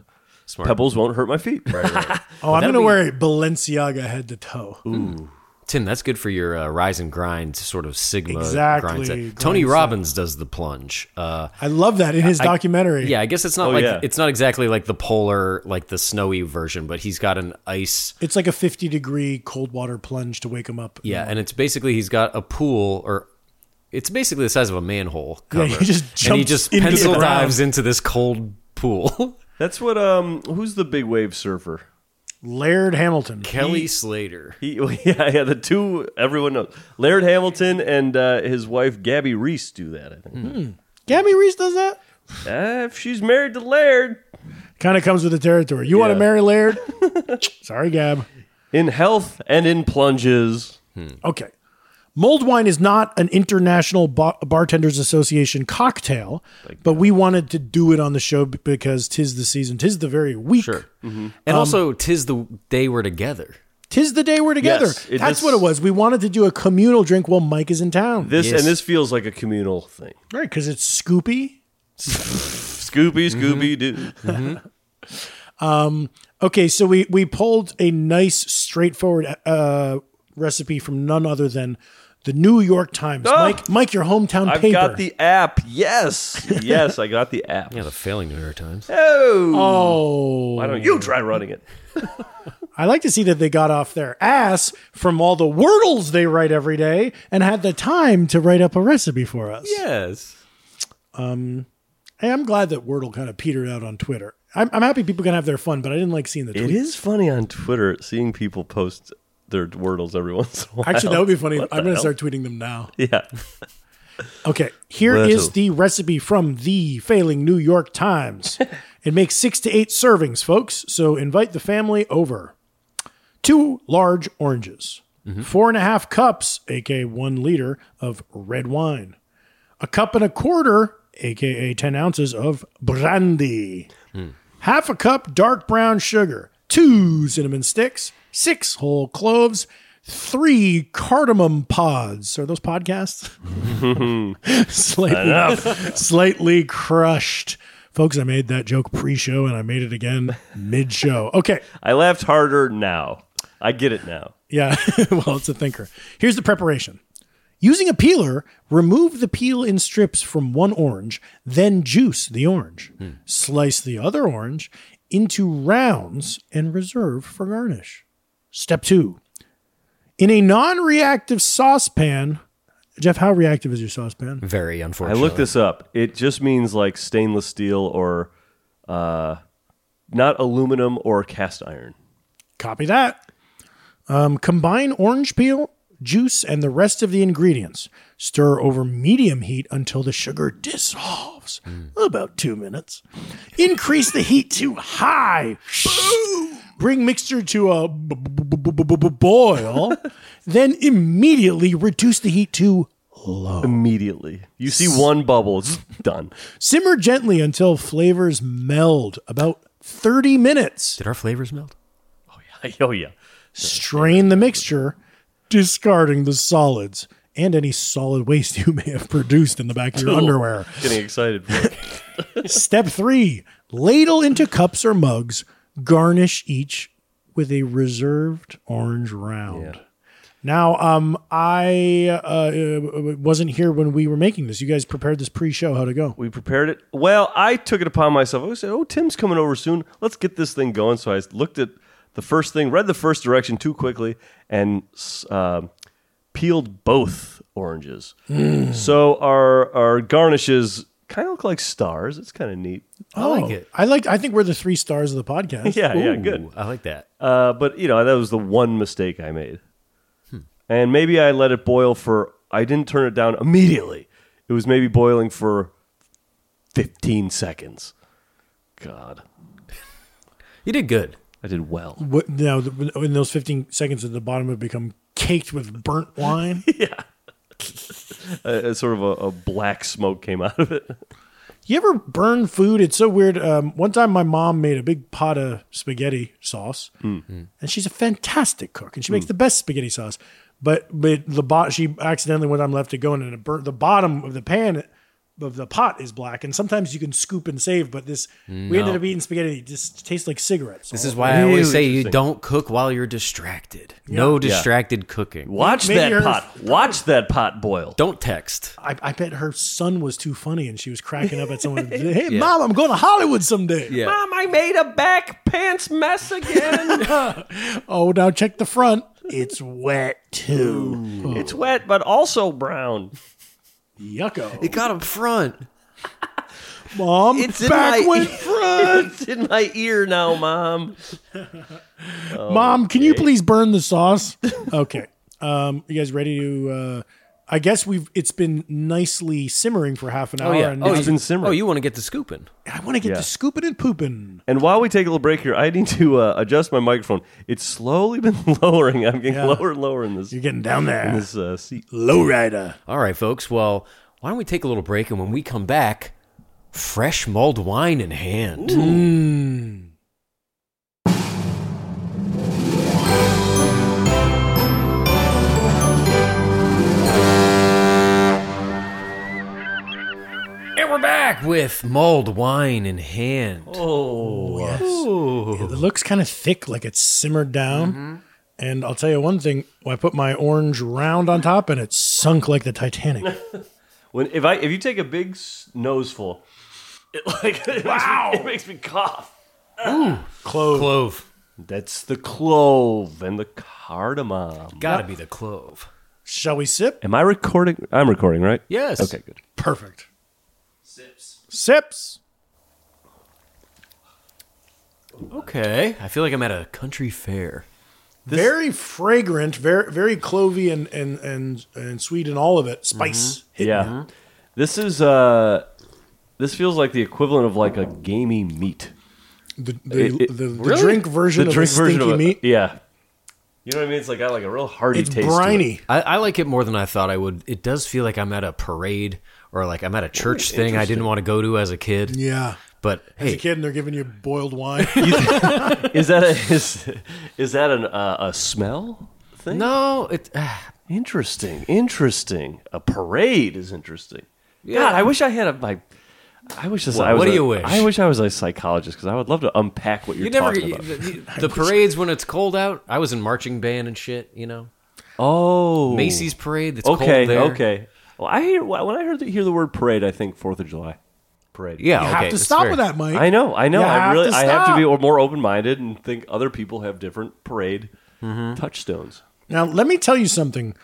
A: Smart.
B: pebbles won't hurt my feet.
C: Oh, I'm going to
A: that'll be-
C: wear a Balenciaga head to toe.
A: Tim, that's good for your uh, rise and grind sort of sigma.
C: Exactly,
A: grind set.
C: grind
A: Tony
C: set.
A: Robbins does the plunge. Uh,
C: I love that in his documentary.
A: Oh, yeah, I guess it's not like
B: yeah.
A: it's not exactly like the polar, like the snowy version, but he's got an ice.
C: It's like a 50 degree cold water plunge to wake him up.
A: Yeah, and it's basically he's got a pool or. It's basically the size of a manhole cover.
C: he just
A: and he
C: jumps
A: just
C: into the
A: pencil
C: ground.
A: dives into this cold pool.
B: That's what um who's the big wave surfer?
C: Laird Hamilton.
A: Kelly Slater.
B: He well, yeah, yeah, the two everyone knows. Laird Hamilton and uh, his wife Gabby Reese do that, I think.
C: Gabby Reese does that?
B: Uh, if she's married to Laird.
C: Kind of comes with the territory. You want to
B: Yeah.
C: marry Laird? Sorry, Gab.
B: In health and in plunges.
C: Okay. Mold wine is not an international Ba- bartenders association cocktail, but we wanted to do it on the show b- because tis the season, tis the very week,
A: Sure.
C: Um,
A: And also, tis the day we're together.
C: tis the day we're together.
B: Yes, it
C: That's
B: is-
C: what it was. We wanted to do a communal drink while Mike is in town,
B: This
A: Yes.
B: and this feels like a communal thing.
C: right? Because it's Scoopy,
B: Scooby, Scooby Doo.
C: Okay, so we we pulled a nice, straightforward uh, recipe from none other than the New York Times. Mike, Mike, your hometown
B: Ah! I've
C: paper.
B: got the app. Yes, yes, I got the app.
A: Yeah, the failing New York Times.
B: Oh,
C: oh,
B: why don't you try running it?
C: I like to see that they got off their ass from all the wordles they write every day and had the time to write up a recipe for us.
A: Yes.
C: Hey, I'm glad that Wordle kind of petered out on Twitter. I'm, I'm happy people can have their fun, but I didn't like seeing the tweets.
B: It is funny on Twitter seeing people post their wordles every once in a while.
C: Actually, that would be funny.
B: What the
C: I'm going to
B: hell?
C: start tweeting them now.
B: Yeah.
C: Okay, here is
B: Little.
C: the recipe from the failing New York Times. it makes six to eight servings, folks, so invite the family over. Two large oranges, four and a half cups, aka one liter, of red wine, a cup and a quarter, aka 10 ounces, of brandy, half a cup dark brown sugar, two cinnamon sticks, six whole cloves, three cardamom pods. Are those podcasts? slightly, slightly crushed. Folks, I made that joke pre-show and I made it again mid-show. Okay.
B: I laughed harder now. I get it now.
C: Yeah. well, it's a thinker. Here's the preparation. Using a peeler, remove the peel in strips from one orange, then juice the orange. Slice the other orange into rounds and reserve for garnish. Step two. In a non reactive saucepan, Jeff, how reactive is your saucepan?
A: Very
B: I
A: unfortunate.
B: looked this up. It just means like stainless steel or uh, not aluminum or cast iron.
C: Copy that. Um, combine orange peel, juice, and the rest of the ingredients. Stir over medium heat until the sugar dissolves. About two minutes. Increase the heat to high. Boom! Bring mixture to a b- b- b- b- b- boil. then immediately reduce the heat to
B: Immediately. You see one bubble, it's done.
C: simmer gently until flavors meld. About 30 minutes.
A: Did our flavors melt?
B: oh, yeah.
C: strain the mixture, discarding the solids and any solid waste you may have produced in the back of your underwear.
B: Getting excited. for it.
C: Step three ladle into cups or mugs, garnish each with a reserved orange round. Now, um, I uh, uh, wasn't here when we were making this. You guys prepared this pre-show. How'd it go?
B: we prepared it. Well, I took it upon myself. I said, oh, Tim's coming over soon. Let's get this thing going. So I looked at the first thing, read the first direction too quickly, and um peeled both oranges. So our, our garnishes kind of look like stars. It's kind of neat.
C: I oh,
A: like it.
C: I like. I think we're the three stars of the podcast.
B: Yeah, yeah, good.
A: Ooh, I like that.
B: Uh, but you know, that was the one mistake I made. And maybe I let it boil for I didn't turn it down immediately. It was maybe boiling for 15 seconds. God,
A: You did good.
B: I did well.
C: What, now, th- in those 15 seconds at the bottom have become caked with burnt wine.
B: A, a sort of a, a black smoke came out of it.
C: You ever burn food? It's so weird. Um, one time, my mom made a big pot of spaghetti sauce,
A: Hmm.
C: and she's a fantastic cook, and she makes the best spaghetti sauce. But but the bot she accidentally one time left it going, and it burnt the bottom of the pan of the pot is black. And sometimes you can scoop and save, but this we ended up eating spaghetti that just tastes like cigarettes.
A: This is why I
B: Really
A: always say you
B: interesting.
A: don't cook while you're distracted. No distracted cooking.
B: Watch
C: Maybe
B: that
C: yours-
B: pot. Watch that pot boil.
A: Don't text.
C: I, I bet her son was too funny, and she was cracking up at someone. Hey, mom, I'm going to Hollywood someday.
A: Yeah.
B: Mom, I made a back pants mess again.
C: Oh, now check the front. It's wet too.
B: it's wet, but also brown.
A: It
C: Yucko.
A: got up front.
C: Mom,
B: It's in
C: back
B: my
C: when
B: front. it's in my ear now, Mom.
C: Mom, can you please burn the sauce? okay. Um, you guys ready to? Uh, I guess we've. It's been nicely simmering for half an hour. And
A: Oh,
C: now-
B: it's been simmering.
A: Oh, you want to get to scooping?
C: I want to get
B: Yeah.
C: to scooping and pooping.
B: And while we take a little break here, I need to uh, adjust my microphone. It's slowly been lowering. I'm getting
C: Yeah.
B: lower and lower in this
C: You're getting down
B: in
C: there,
B: this uh, seat.
C: lowrider.
A: All right, folks. Well, why don't we take a little break and when we come back, fresh mulled wine in hand. And we're back with mulled wine in hand.
B: Oh,
C: It looks kind of thick, like it's simmered down. And I'll tell you one thing: I put my orange round on top, and it sunk like the Titanic.
B: when if I if you take a big s- noseful, it like it wow, makes me, it makes me cough.
A: Clove. Clove.
B: That's the clove and the cardamom.
A: Gotta be the clove.
C: Shall we sip?
B: Am I recording? I'm recording, right?
A: Yes.
B: Okay, good.
C: Perfect. Sips. Sips.
A: Okay. I feel like I'm at a country fair.
C: very fragrant, very very clovey and and and and sweet in all of it. Mm-hmm. Spice. Hit-
B: Yeah, this is uh, this feels like the equivalent of like a gamey meat.
C: The, the,
B: It- it-
C: the, the drink version of the stinky
B: it.
C: meat.
B: Yeah. You know what I mean? It's like got like a real hearty
C: It's
B: taste. to it.
C: briny.
A: I, I like it more than I thought I would. It does feel like I'm at a parade or like I'm at a church thing I didn't want to go to as a kid.
C: Yeah.
A: But
C: As a
A: hey,
C: kid, and they're giving you boiled wine.
B: Is that a is, is that an uh, a smell thing?
A: no, it. ah,
B: Interesting. Interesting. A parade is interesting. God, I wish I had a my I wish this,
A: What-
B: I was
A: what do
B: a-
A: you wish?
B: I wish I was a psychologist because I would love to unpack what you're
A: You never
B: talking
A: you-
B: about.
A: the, the parades when it's cold out. I was in marching band and shit. You know,
B: oh,
A: Macy's parade. That's
B: Okay,
A: cold there.
B: okay. Well, I hear when I heard the, hear the word parade, I think Fourth of July parade.
A: Yeah,
C: You
A: okay.
C: have to
A: that's
C: stop
A: fair.
C: with that, Mike.
B: I know, I know.
C: You
B: I
C: have
B: really,
C: to
B: I have to be
C: stop.
B: more open minded and think other people have different parade
A: Mm-hmm.
B: touchstones.
C: Now, let me tell you something.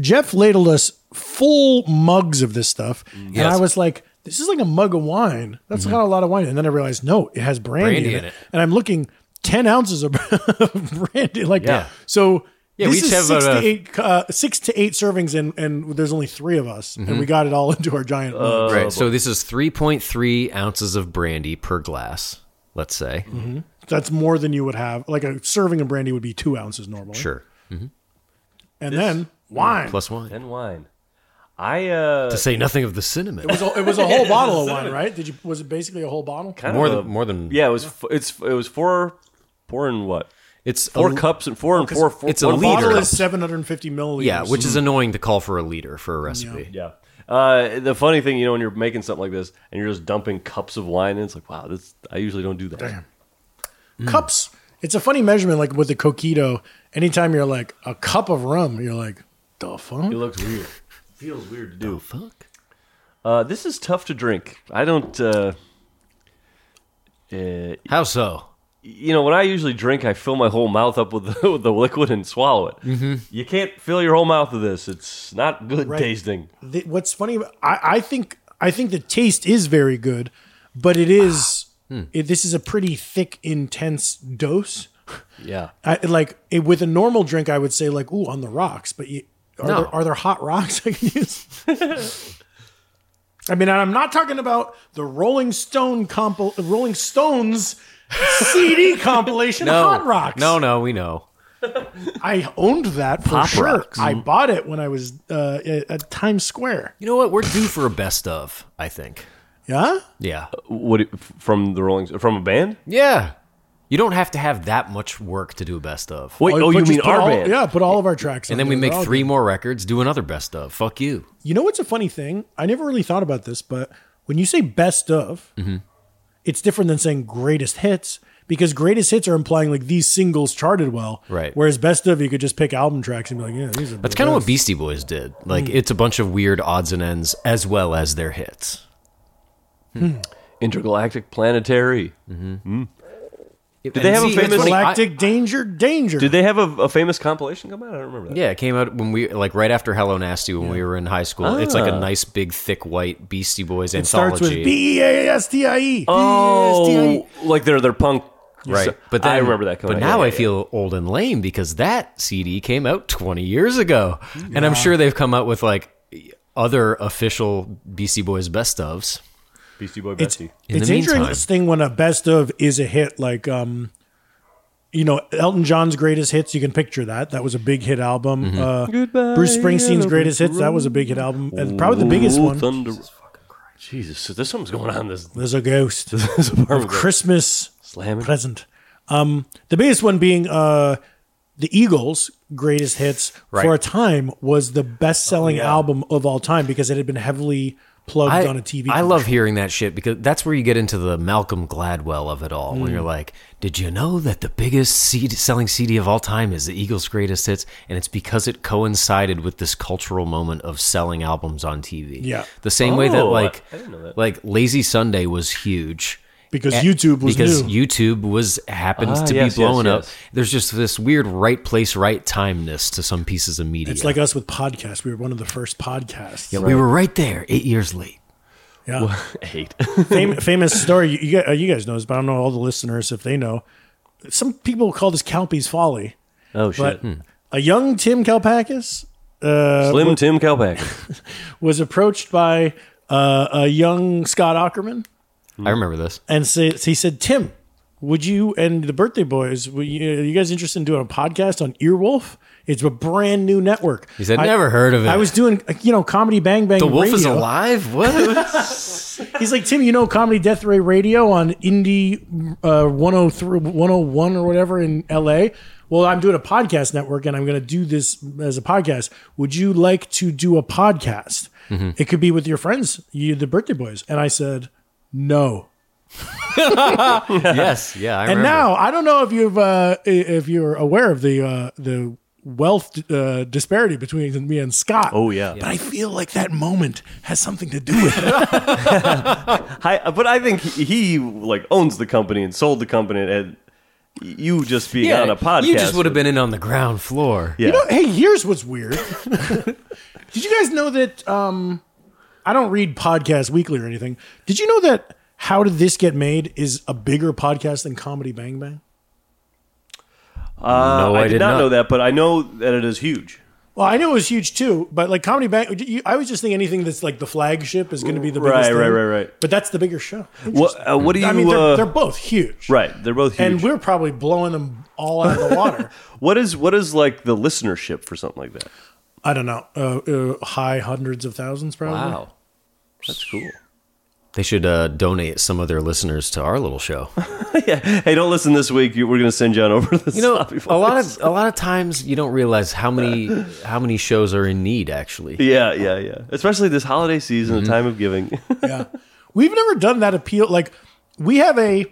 C: Jeff ladled us full mugs of this stuff. And
A: Yes. Mm-hmm.
C: I was like, this is like a mug of wine. That's got a lot of wine. And then I realized, no, it has brandy, in, it. And I'm looking 10 ounces of brandy. Like,
A: Yeah.
C: so
A: Yeah, we
C: this is
A: each have
C: six,
A: about
C: to
A: a-
C: eight, uh, six to eight servings, and, and there's only three of us. And we got it all into our giant mug.
A: Mm-hmm. Uh, Right. So this is 3.3 ounces of brandy per glass. Let's say.
C: Mm-hmm. That's more than you would have. Like a serving of brandy would be two ounces normally.
A: Sure.
C: And then wine.
A: Plus wine.
B: And wine. I uh,
A: To say nothing of the cinnamon.
C: It was a, it was a whole bottle of wine, right? Did you? Was it basically a whole bottle?
B: kind
A: more
B: of
A: than
B: a-
A: more than
B: yeah. It was f- it's it was four four and what
A: It's a
B: four
A: l-
B: cups and four and four. four
A: it's a
B: one
A: liter.
C: bottle
B: bottle
C: is 750 milliliters.
A: Yeah, which is annoying to call for a liter for a recipe.
B: Yeah. Uh, the funny thing, you know, when you're making something like this and you're just dumping cups of wine, in, it's like, wow, this I usually don't do that.
C: cups. It's a funny measurement, like with the coquito. Anytime you're like a cup of rum, you're like, the fuck?
B: It looks weird. Feels weird to do.
A: Fuck.
B: Uh, this is tough to drink. I don't. Uh, uh,
A: How so?
B: you know, when I usually drink, I fill my whole mouth up with the, with the liquid and swallow it. Mm-hmm. You can't fill your whole mouth with this. It's not good tasting.
C: The- what's funny? about- I, I think I think the taste is very good, but it is.
A: Ah. Hmm.
C: It, this is a pretty thick, intense dose.
B: Yeah.
C: I, like it, with a normal drink, I would say like, ooh, on the rocks. But you, are,
A: No.
C: there, are there hot rocks I can use? I mean, and I'm not talking about the Rolling Stone compo- Rolling Stones CD compilation
A: No.
C: Hot Rocks.
A: No, no, we know.
C: I owned that for
A: Pop
C: sure.
A: Rocks.
C: I bought it when I was uh, at at Times Square.
A: You know what? We're due for a best of, I think. Oh,
C: Yeah,
A: Yeah.
B: What do- from the Rolling from a band?
A: Yeah. You don't have to have that much work to do a best of.
B: Wait, oh,
C: But
B: you
C: just
B: mean
C: put
B: our
C: all-
B: band?
C: Yeah, put all of our tracks.
A: And then we make three more records, do another best of. Fuck you.
C: You know what's a funny thing? I never really thought about this, but when you say best of,
A: Mm-hmm.
C: it's different than saying greatest hits because greatest hits are implying like these singles charted well.
A: Right.
C: Whereas best of, you could just pick album tracks and be like, yeah, these are.
A: That's kind of what Beastie Boys did.
C: Mm.
A: Like, it's a bunch of weird odds and ends as well as their hits.
B: Intergalactic Planetary.
A: Did
B: they have a famous-
C: Galactic Danger, Danger.
B: Did they have a, a famous compilation come out? I don't remember that.
A: yeah, it came out when we like right after Hello Nasty when we were in high school. It's like a nice big thick white Beastie Boys
C: it starts
A: anthology.
C: with B E A S T I E.
B: Oh, like they're they're punk.
A: right?
B: So-
A: but then,
B: I remember that. Coming
A: But
B: out.
A: now
B: Yeah,
A: I
B: yeah,
A: feel old and lame because that CD came out 20 years ago, and I'm sure they've come out with like other official BC Boys best ofs.
B: yeah. Beastie Boy
C: It's,
B: Bestie.
A: In
C: it's
A: the meantime.
C: interesting when a best of is a hit, like um, you know, Elton John's greatest hits. You can picture that. That was a big hit album.
A: Mm-hmm.
C: Uh,
B: Goodbye,
C: Bruce Springsteen's
B: Yellow
C: greatest hits. That was a big hit album, and probably the biggest one.
B: Thunder. Jesus, so there's something's going on in this,
C: There's a ghost.
B: this apartment.
C: Christmas
B: Slamming.
C: present. Um, the biggest one being uh, the Eagles' greatest hits for a time was the best-selling album of all time because it had been heavily plugged
A: I,
C: on a TV.
A: I love hearing that shit because that's where you get into the Malcolm Gladwell of it all.
C: Mm.
A: When you're like, did you know that the biggest CD, selling CD of all time is the Eagles' greatest hits? And it's because it coincided with this cultural moment of selling albums on TV.
C: Yeah.
A: The same way that
B: Oh, I-
A: like,
B: I didn't know that.
A: like Lazy Sunday was huge.
C: Because
A: A-
C: YouTube was
A: because
C: new.
A: YouTube was happens
B: Ah,
A: to
B: yes, yes,
A: be blowing up.
B: yes.
A: There's just this weird right place, right timeness to some pieces of media.
C: It's like us with podcasts. We were one of the first podcasts.
A: Yeah, we were right there, eight years late.
C: Yeah.
B: hate.
C: Fam- famous story. You, you, guys, uh, you guys know this, but I don't know all the listeners if they know. Some people call this Calpe's folly,
B: oh
C: but
B: shit.
A: Hmm.
C: a young Tim Kalpakis uh,
B: Slim Tim Kalpak.
C: was approached by uh, a young Scott Ackerman,
B: Hmm.
A: I remember this.
C: and say, he said, "Tim, would you and the Birthday Boys? Would you, are you guys interested in doing a podcast on Earwolf? It's a brand new network."
A: He said,
C: I-
A: "Never heard of it."
C: I was doing, uh, you know, comedy Bang Bang.
A: the wolf is
C: Radio."
A: alive. What?
C: He's like, Tim, you know Comedy Death Ray Radio on Indie uh, 103, 101 or whatever in LA? Well, I'm doing a podcast network and I'm going to do this as a podcast. Would you
B: Mm-hmm.
C: like to do a podcast? It could be with your friends, you, the birthday boys. And I said, No.
A: yes, yeah. I
C: And
A: remember.
C: now I don't know if you've uh, i- if you're aware of the uh, the wealth uh, disparity between me and Scott.
B: Oh, yeah.
C: But I feel like that moment has something to do with it.
B: Hi, uh, but I think he, he like owns the company and sold the company, and you just being on a podcast.
A: you just would have been in on the ground floor.
B: Yeah.
C: You know, hey, here's what's weird. Did you guys know that? Um, I don't read podcasts weekly or anything. Did you know that How Did This Get Made is a bigger podcast than Comedy Bang Bang?
A: no,
B: Uh, I did, not, know that, but I know that it is huge.
C: Well, I know it was huge too, but like Comedy Bang, you- I always just think anything that's like the flagship is going to be the biggest
B: Right,
C: thing.
B: right, right, right.
C: But that's the bigger show.
B: What, uh, what do you?
C: I mean, they're,
B: uh,
C: they're both huge.
B: right, they're both huge.
C: And we're probably blowing them all out of the water.
B: what is what is like the listenership for something like that?
C: I don't know. Uh, uh, high hundreds of thousands, probably.
A: Wow.
B: That's cool.
A: They should uh, donate some of their listeners to our little show.
B: Hey, don't listen this week. You- We're going to send you on over to the
A: You know,
B: Sloppy
A: a lot
B: Boys.
A: of a lot of times you don't realize how many how many shows are in need. Actually,
B: Yeah, yeah, yeah. Especially this holiday season,
C: Mm-hmm.
B: the time of giving.
C: yeah. We've never done that appeal. Like, we have a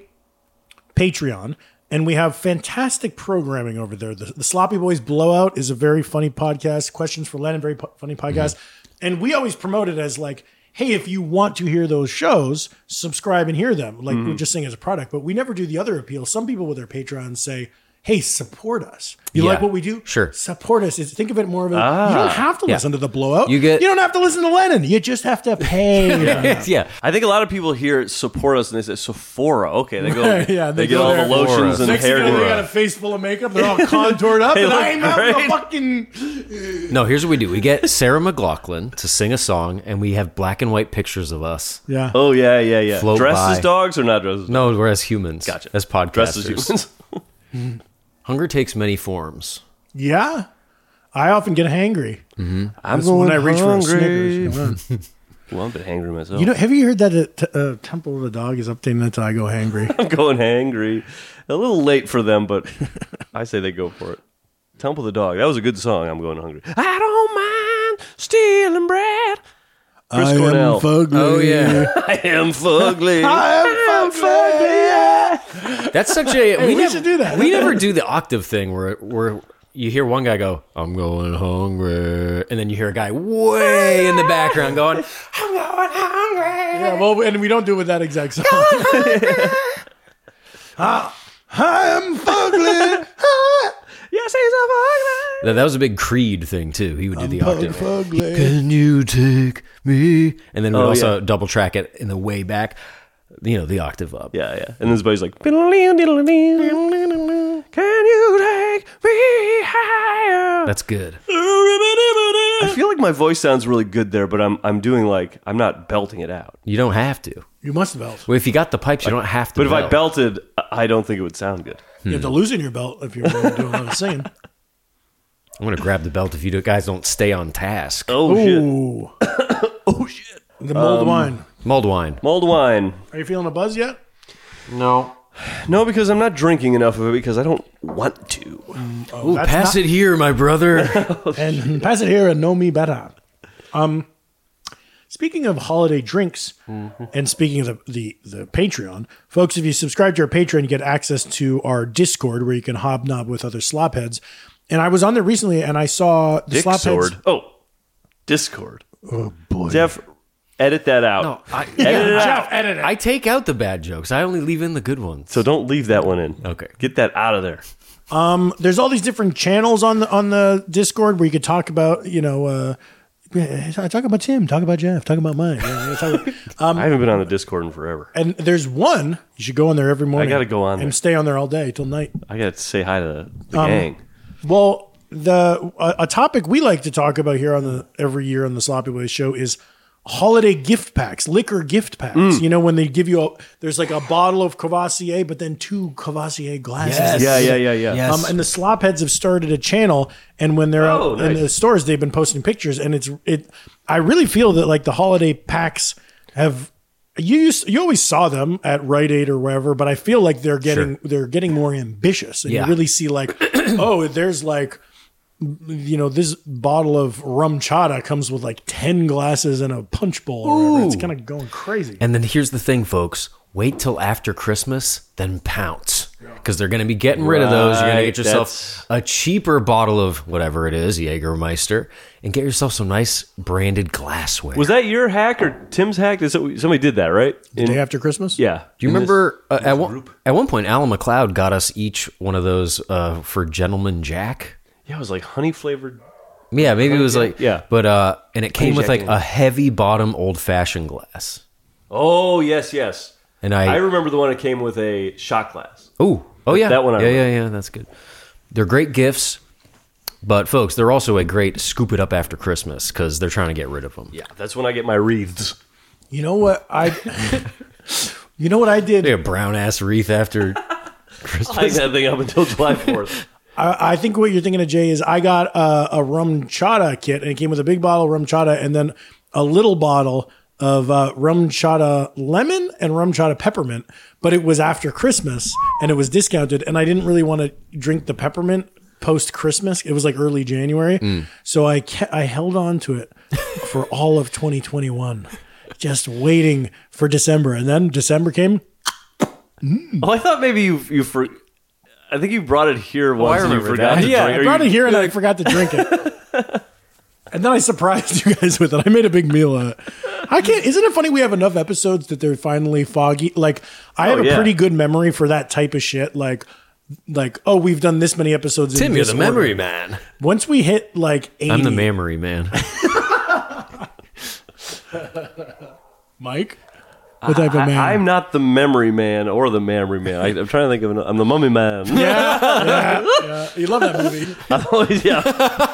C: Patreon and we have fantastic programming over there. The, the Sloppy Boys Blowout is a very funny podcast. Questions for Lennon, very po- funny
A: Mm-hmm.
C: podcast. And we always promote it as like, hey, if you want to hear those shows, subscribe and hear them. Like,
A: Mm-hmm.
C: we're just saying as a product, but we never do the other appeal. Some people with their Patreon say, Hey, support us. You
A: Yeah.
C: like what we do?
A: Sure. Ah.
C: Support us. It's, think of it more of a. you don't have to
A: Yeah.
C: listen to the blowout.
A: You get-
C: You don't have to listen to Lennon. You just have to pay.
A: yeah.
B: I think a lot of people here support us and they say Sephora. Okay, they go.
C: Yeah,
B: they,
C: they
B: get
C: go
B: all
C: there.
B: the lotions and
C: Next thing you
B: hair.
C: know, they got a face full of makeup. They're all contoured up,
B: They
C: and
B: look
C: I'm out in
B: great.
C: the fucking.
A: No, here's what we do: we get Sarah McLaughlin to sing a song, and we have black and white pictures of us.
C: Yeah.
B: Oh yeah, yeah, yeah.
A: Float
B: dressed
A: by.
B: as dogs or not dressed? as dogs?
A: No, we're as humans.
B: Gotcha.
A: As
B: Dressed as
A: podcasters,
B: humans.
A: hunger takes many forms.
C: Yeah. I often get hangry.
B: I'm
C: That's when I reach for a Snickers. Come on.
B: Well, I'm a bit hangry myself.
C: You know, have you heard that uh, t- uh, Temple of the Dog is updating until I go hangry?
B: I'm going hangry. A little late for them, but I say they go for it. Temple the dog. That was a good song. I'm going hungry. I don't mind stealing bread. Chris
C: I
B: Cornell. Oh,
C: am fugly.
A: Oh,
B: I am fugly.
C: I'm fugly.
A: That's such a we,
C: we
A: nev-
C: should do that.
A: We never do the octave thing where where you hear one guy go, "I'm going hungry," and then you hear a guy way in the background going, "I'm going hungry."
C: Yeah, well, and we don't do it with that exact song. Ah, I'm fugly.
B: yes, he's a fugly.
A: Now, that was a big Creed thing too. He would do the
C: Fug-
A: octave.
C: fugly.
A: Can you take me? And then we would
B: Oh,
A: also
B: yeah.
A: double track it in the way back. You know, the octave up.
B: Yeah, yeah. And then his buddy's like, "Biddle-lean, diddle-lean, Can you take me higher?
A: That's good.
B: I feel like my voice sounds really good there, but I'm I'm doing like I'm not belting it out.
A: You don't have to.
C: You must belt.
A: Well, if you got the pipes, you don't have to.
B: But if I belted, I- I don't think it would sound good.
C: You have to loosen your belt if you're really doing what I'm saying.
A: I'm gonna grab the belt if you do- guys don't stay on task.
B: Oh shit!
C: Ooh.
B: Oh shit!
C: The mulled wine.
A: Mulled wine.
B: Mulled wine.
C: Are you feeling a buzz yet?
A: No.
B: No, because I'm not drinking enough of it because I don't want to.
A: Ooh,
C: That's
A: pass
C: not-
A: it here, my brother.
C: And pass it here and know me better. Um, speaking of holiday drinks, and speaking of the, the the Patreon, folks, if you subscribe to our Patreon, you get access to our Discord where you can hobnob with other slopheads. And I was on there recently, and I saw the slopheads.
B: Discord. Oh, Discord. Oh boy. Jeff, edit that out.
A: No, Oh, I,
B: Edit it out.
C: Jeff, edit it.
A: I take out the bad jokes. I only leave in the good ones.
B: So don't leave that one in.
A: Okay.
B: Get that out of there.
C: there's all these different channels on the on the Discord where you could talk about you know. Uh, yeah, talk about Tim. Talk about Jeff. Talk about mine. yeah, yeah, talk about-
B: I haven't been on the Discord in forever.
C: And there's one you should go on there every morning.
B: gotta go on
C: and
B: there.
C: stay on there all day till night.
B: I got to say hi to the, the gang.
C: Well, the a, a topic we like to talk about here on the every year on the Sloppy Boys show is holiday gift packs, liquor gift packs.
B: Mm.
C: You know when they give you a there's like a bottle of Cavassier, but then two Cavassier glasses.
A: Yes.
B: Yeah, yeah, yeah, yeah.
A: Yes.
C: Um, and the slop heads have started a channel, and when they're
B: Oh,
C: out
B: nice.
C: in the stores, they've been posting pictures, and it's it. I really feel that like the holiday packs have you used, you always saw them at Rite Aid or wherever, but I feel like they're getting they're getting more ambitious, and
A: Yeah.
C: you really see like oh, there's like you know, this bottle of rum chata comes with like 10 glasses and a punch bowl. Or whatever. It's kind of going crazy.
A: And then here's the thing, folks. Wait till after Christmas, then pounce. Because they're going to be getting rid of those. You're going to
B: Right,
A: get yourself
B: that's-
A: a cheaper bottle of whatever it is, Jägermeister, and get yourself some nice branded glassware.
B: Was that your hack or Tim's hack? Is it- Somebody did that, right?
C: The
B: In-
C: day after Christmas?
B: yeah.
A: Do you
B: In this-
A: remember uh, at, one, at one point, Alan McLeod got us each one of those uh, for Gentleman Jack?
B: yeah, it was like honey flavored.
A: Yeah, maybe it was like,
B: Yeah.
A: But, uh, and it came with like
B: Jack
A: a heavy bottom old fashioned glass.
B: Oh yes, yes.
A: And
B: I
A: I,
B: remember the one that came with a shot glass.
A: Oh, oh yeah,
B: that one I
A: yeah, yeah,
B: remember.
A: yeah. That's good. They're great gifts, but folks, they're also a great scoop it up after Christmas because they're trying to get rid of them.
B: Yeah, that's when I get my wreaths.
C: You know what I. You know what I did?
A: a brown ass wreath after.
B: I had that thing up until July fourth.
C: I, I think what you're thinking of, Jay, is I got a, a rum chata kit, and it came with a big bottle of rum chata and then a little bottle of uh, rum chata lemon and rum chata peppermint. But it was after Christmas, and it was discounted, and I didn't really want to drink the peppermint post Christmas. It was like early January, so I ke- I held on to it for all of 2021, just waiting for December, and then December came.
B: oh, I thought maybe you you for. I think you brought it here
C: Oh,
B: once and you
A: remember
B: forgot
A: that.
B: to
C: Yeah,
B: drink.
C: I
B: or
C: brought
B: you-
C: it here and I forgot to drink it. and then I surprised you guys with it. I made a big meal of it. I can't. Isn't it funny we have enough episodes that they're finally foggy? Like I have
B: Oh,
C: a
B: yeah.
C: pretty good memory for that type of shit. Like. Like oh we've done this many episodes. in
A: Tim, you're
C: this
A: the memory
C: order.
A: man.
C: Once we hit like 80
A: I'm the memory man.
C: Mike. What type of man?
B: I, am not the memory man or the memory man. I, I'm trying to think of. An, I'm the mummy man.
C: you love that movie.
B: I'm always, yeah.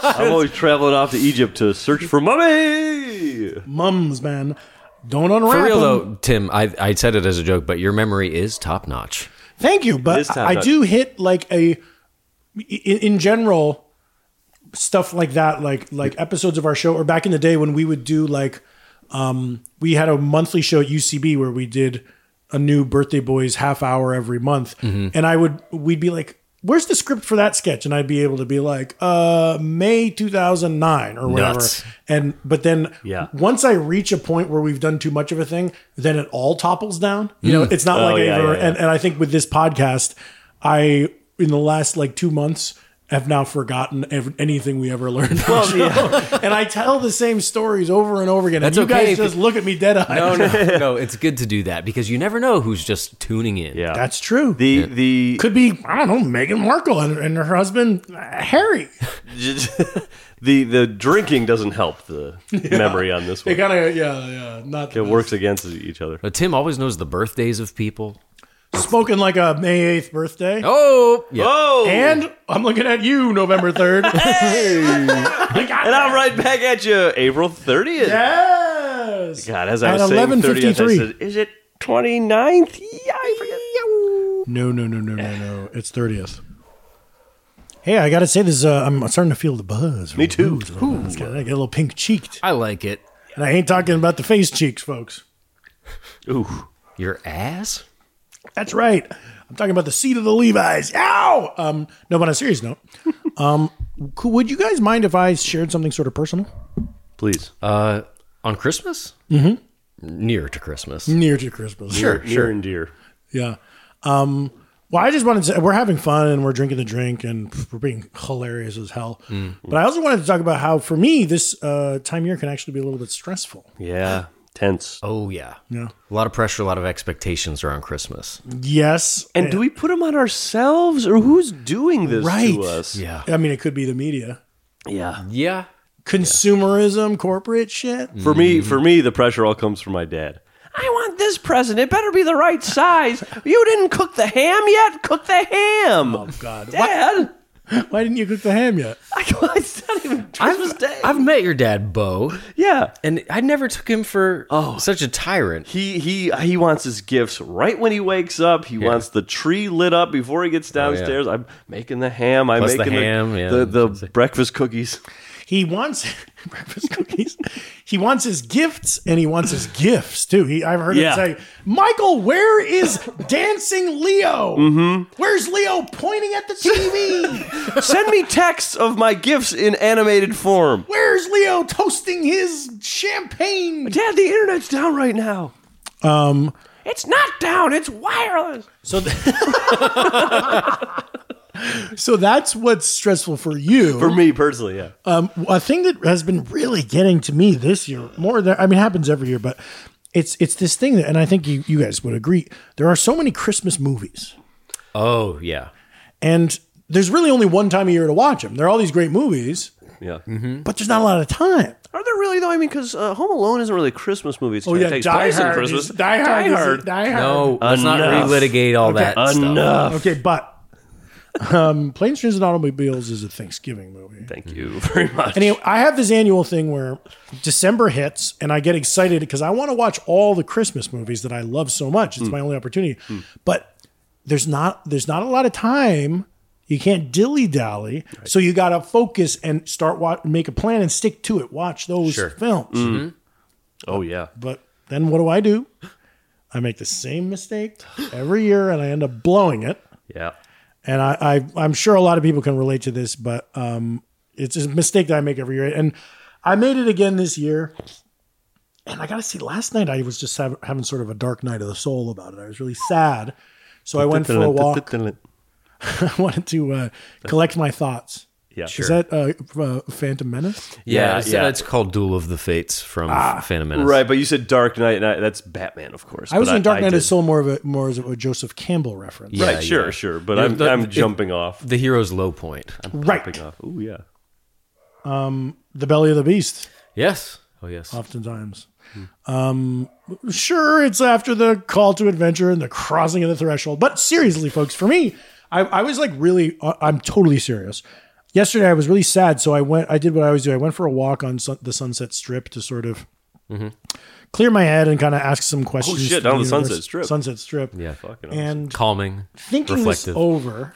B: I'm always traveling off to Egypt to search for mummy.
C: Mums man, don't unwrap.
A: For real
C: 'em.
A: though, Tim, I, I said it as a joke, but your memory is top notch.
C: Thank you,
B: This
C: but
B: time,
C: I
B: not-
C: do hit like a in, in general stuff like that, like like episodes of our show, or back in the day when we would do like um we had a monthly show at UCB where we did a new Birthday Boys half hour every month,
B: Mm-hmm.
C: and I would we'd be like. Where's the script for that sketch? And I'd be able to be like, uh, May 2009 or whatever.
A: Nuts.
C: And, but then
B: Yeah.
C: once I reach a point where we've done too much of a thing, then it all topples down. You know, it's not
B: Oh,
C: like,
B: yeah,
C: I ever,
B: yeah, yeah.
C: And, and I think with this podcast, I, in the last like two months, have now forgotten ev- anything we ever learned. and I tell the same stories over and over again.
A: That's
C: and you
A: okay
C: guys
A: if-
C: just look at me dead eyed.
A: No, no, no. It's good to do that because you never know who's just tuning in.
B: Yeah.
C: That's true.
B: the the
C: Could be, I don't know, Meghan Markle and, and her husband, uh, Harry.
B: the the drinking doesn't help the memory on this
C: They
B: one.
C: kind of, yeah, yeah, not
B: It works against each other.
A: But Tim always knows the birthdays of people.
C: spoken like a May 8th birthday.
A: Oh, yeah.
B: Oh,
C: And I'm looking at you, November 3rd.
B: and I'm right back at you, April 30th.
C: Yes.
B: God, as I
C: At
B: was saying, 30th, I
C: 11:53.
B: said, "Is it 29th? Yeah, I forget."
C: No, no, no, no, no, no. It's 30th. Hey, I gotta say this. Uh, I'm starting to feel the buzz.
B: Me too.
C: It's got- I get a little pink cheeked,
A: I like it.
C: and I ain't talking about the face cheeks, folks.
B: Ooh,
A: Your ass?
C: That's right. I'm talking about the seat of the Levi's. Ow. Um, no, but on a serious note, um, could, would you guys mind if I shared something sort of personal,
B: please.
A: Uh, on Christmas? Mm-hmm. Near to Christmas.
C: near to Christmas?
A: Uh,
B: sure, sure, and dear.
C: Yeah. Um, well, I just wanted to. We're having fun and we're drinking the drink and we're being hilarious as hell. But I also wanted to talk about how, for me, this uh, time of year can actually be a little bit stressful.
B: Yeah, tense.
A: Oh yeah.
C: Yeah.
A: A lot of pressure, a lot of expectations around Christmas.
C: Yes.
B: And do we put them on ourselves, or who's doing this
C: Right.
B: to us?
A: Yeah.
C: I mean, it could be the media,
B: yeah.
A: Yeah.
C: consumerism, corporate shit.
B: For me, for me, the pressure all comes from my dad. I want this present. It better be the right size. you didn't cook the ham yet. Cook the ham,
C: Oh, God,
B: Dad.
C: why didn't you cook the ham yet?
B: I, it's not even Christmas Day.
A: I've met your dad, Bo,
B: yeah.
A: and I never took him for such a tyrant.
B: He he he wants his gifts right when he wakes up. He wants the tree lit up before he gets downstairs. I'm making Oh, the ham. I'm
A: Plus the
B: making
A: ham, yeah.
B: the, the breakfast cookies.
C: He wants breakfast cookies. he wants his gifts and he wants his gifts too. He, I've heard
B: Yeah.
C: him say, "Michael, where is dancing Leo?
B: Mm-hmm.
C: Where's Leo pointing at the TV?
B: Send me texts of my gifts in animated form.
C: Where's Leo toasting his champagne?"
B: Dad, the internet's down right now.
C: Um.
B: It's not down, it's wireless.
C: So, th- so that's what's stressful for you.
B: For me personally, yeah.
C: um, a thing that has been really getting to me this year, more than I mean, it happens every year, but it's it's this thing that, and I think you you guys would agree, there are so many Christmas movies,
A: Oh yeah.
C: and there's really only one time a year to watch them. There are all these great movies,
B: yeah.
C: but there's not a lot of time.
B: Are there really though? I mean, because uh, Home Alone isn't really a Christmas movie. It's
C: Oh
B: it
C: yeah,
B: takes
C: Die
B: place in
C: Hard,
B: Christmas.
C: is, Die Hard, is- Die Hard.
A: No, let's not
B: Enough.
A: relitigate all that. Stuff.
B: Enough.
C: Okay, but um, Planes, Trains, and Automobiles is a Thanksgiving movie.
B: Thank you very much.
C: Anyway, I have this annual thing where December hits and I get excited because I want to watch all the Christmas movies that I love so much. It's my only opportunity. But there's not there's not a lot of time. You can't dilly dally. So you got to focus and start wa- make a plan and stick to it. Watch those
A: Sure.
C: films.
B: oh yeah.
C: But then what do I do? I make the same mistake every year and I end up blowing it
B: Yeah.
C: and I, I I'm sure a lot of people can relate to this, but um, it's a mistake that I make every year, and I made it again this year. And I gotta say, last night I was just hav- having sort of a dark night of the soul about it. I was really sad, so I went for a walk. I wanted to uh, collect my thoughts.
B: Yeah,
C: is that uh, uh, Phantom Menace?
A: Yeah,
B: Yeah,
A: it's,
B: yeah.
A: it's called Duel of the Fates from Phantom Menace.
B: Right, but you said Dark Knight, and I, that's Batman, of course.
C: I was
B: but
C: in Dark Knight of
B: did-
C: the Soul more of a more as a Joseph Campbell reference.
A: Yeah,
B: Right, sure,
A: yeah.
B: sure. But
A: Yeah,
B: I'm,
A: that-
B: I'm
A: it-
B: jumping off.
A: The hero's low point. I'm-
C: right.
B: Jumping off. Ooh, yeah.
C: The belly of the beast.
A: yes. Oh yes.
C: oftentimes. Um, sure, it's after the call to adventure and the crossing of the threshold. But seriously, folks, for me, I, I was like really, I- I'm totally serious. Yesterday, I was really sad, so I went. I did what I always do. I went for a walk on sun, the Sunset Strip to sort of clear my head and kind of ask some questions.
B: Mm-hmm. shit,
C: to
B: down the
C: universe.
B: Sunset Strip.
C: Sunset Strip.
A: yeah.
C: And
A: Calming.
C: thinking
A: reflective.
C: this over,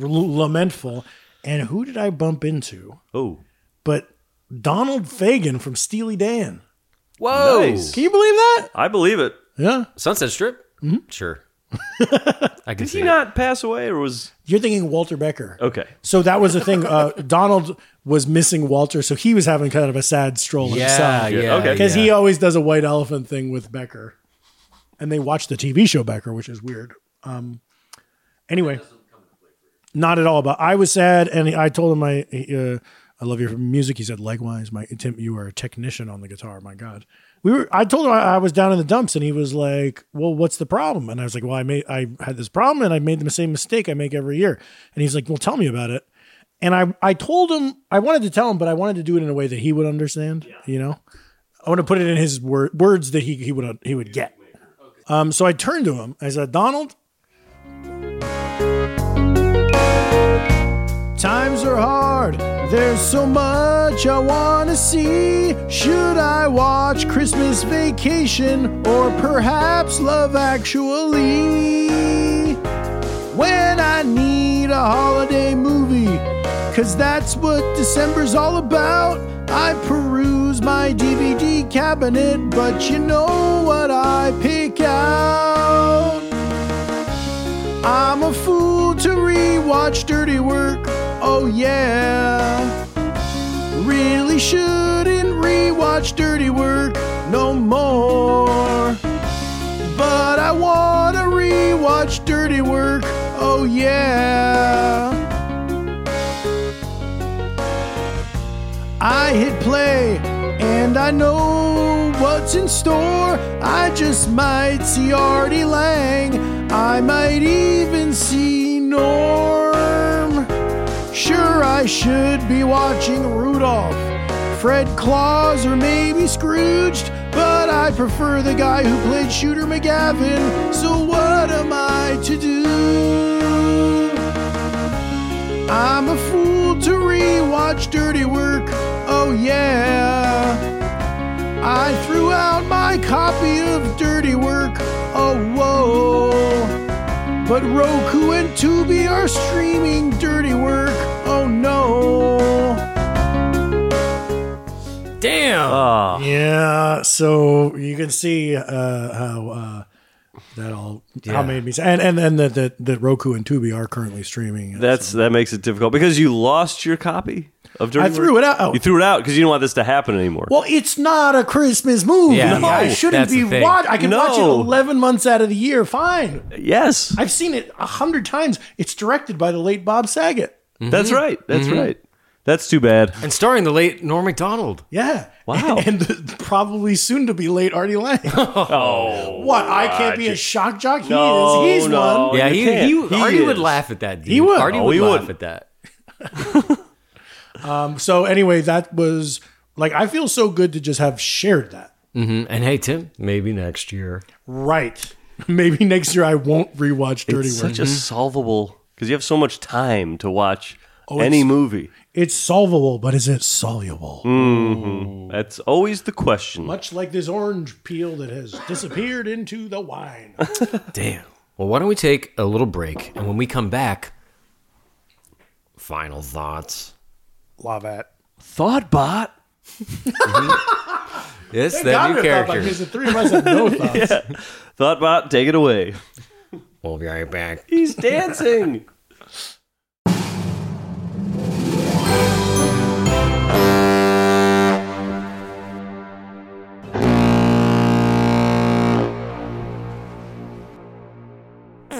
C: l- lamentful, and who did I bump into?
B: Oh,
C: But Donald Fagen from Steely Dan.
A: Whoa.
B: Nice.
C: Oh. Can you believe that?
B: I believe it.
C: Yeah.
A: Sunset Strip. Sure. I can
B: Did
A: see
B: he
A: it.
B: not pass away, or was
C: You're thinking Walter Becker.
B: okay?
C: So that was the thing. Uh, Donald was missing Walter, so he was having kind of a sad stroll
A: Yeah,
C: himself.
A: yeah.
B: Okay.
C: Because
A: yeah.
C: he always does a white elephant thing with Becker. And they watch the TV show Becker, which is weird. Um, anyway, not at all. But I was sad, and I told him I uh, I love your music. He said, likewise, my Tim, you are a technician on the guitar. My God, we were. I told him I, I was down in the dumps, and he was like, well, what's the problem? And I was like, well, I made I had this problem, and I made the same mistake I make every year. And he's like, well, tell me about it. And I I told him I wanted to tell him, but I wanted to do it in a way that he would understand. You know, I want to put it in his wor- words that he he would he would get. Um, so I turned to him. I said, Donald, Times are hard. There's so much I want to see. Should I watch Christmas Vacation or perhaps Love Actually? When I need a holiday movie, cause that's what December's all about. I peruse my DVD cabinet, but you know what I pick out? I'm a fool to rewatch Dirty Work. Oh yeah. Really shouldn't rewatch Dirty Work no more. But I want to rewatch Dirty Work. Oh yeah. I hit play and I know what's in store. I just might see Artie Lang. I might even see Norm. Sure, I should be watching Rudolph, Fred Claus, or maybe Scrooged, but I prefer the guy who played Shooter McGavin. So what am I to do? I'm a fool to rewatch Dirty Work. Oh yeah. I threw out my copy of Dirty Work. Oh whoa. But Roku and Tubi are streaming Dirty Work. Oh no.
A: Damn.
B: Ah,
C: Yeah, so you can see uh, how uh, that all how made me and and and that that that Roku and Tubi are currently streaming.
B: That's that makes it difficult because you lost your copy of Dirty.
C: I threw
B: Work.
C: it out.
B: You threw it out because you don't want this to happen anymore.
C: well, it's not a Christmas movie.
A: Yeah,
C: no,
A: yeah,
C: I shouldn't
A: that's the
C: be
A: thing.
C: watch. I can watch it
B: No.
C: eleven months out of the year. Fine,
B: Yes,
C: I've seen it a hundred times. It's directed by the late Bob Saget.
B: that's right. That's
C: Mm-hmm.
B: right. That's too bad.
A: And starring the late Norm Macdonald.
C: Yeah.
B: Wow.
C: And, and probably soon to be late Artie Lang.
B: Oh,
C: what? I can't be a shock jock. He
B: No,
C: is. He's
B: no.
C: one.
B: Oh,
A: yeah,
B: you
A: he,
B: can't.
A: he,
B: He
A: Artie would
B: is.
A: laugh at that. Dude.
C: He would.
A: Artie
B: Oh,
A: would
B: he
A: laugh
B: would.
A: at that.
C: So anyway, that was like I feel so good to just have shared that.
A: Mm, And hey, Tim, maybe next year.
C: Right. Maybe next year I won't rewatch Dirty
B: it's
C: Work. Mm-hmm.
B: such a solvable because you have so much time to watch
C: Oh, it's-
B: any movie.
C: it's solvable, but is it soluble?
B: Mm. That's always the question.
C: Much like this orange peel that has disappeared into the wine.
A: Damn. Well, why don't we take a little break? And when we come back, final thoughts.
C: Lavat.
B: Thought bot.
A: Yes, that new
C: Because
A: character.
C: the three of us have no thoughts.
B: Thought bot, take it away.
A: We'll be right back.
B: He's dancing.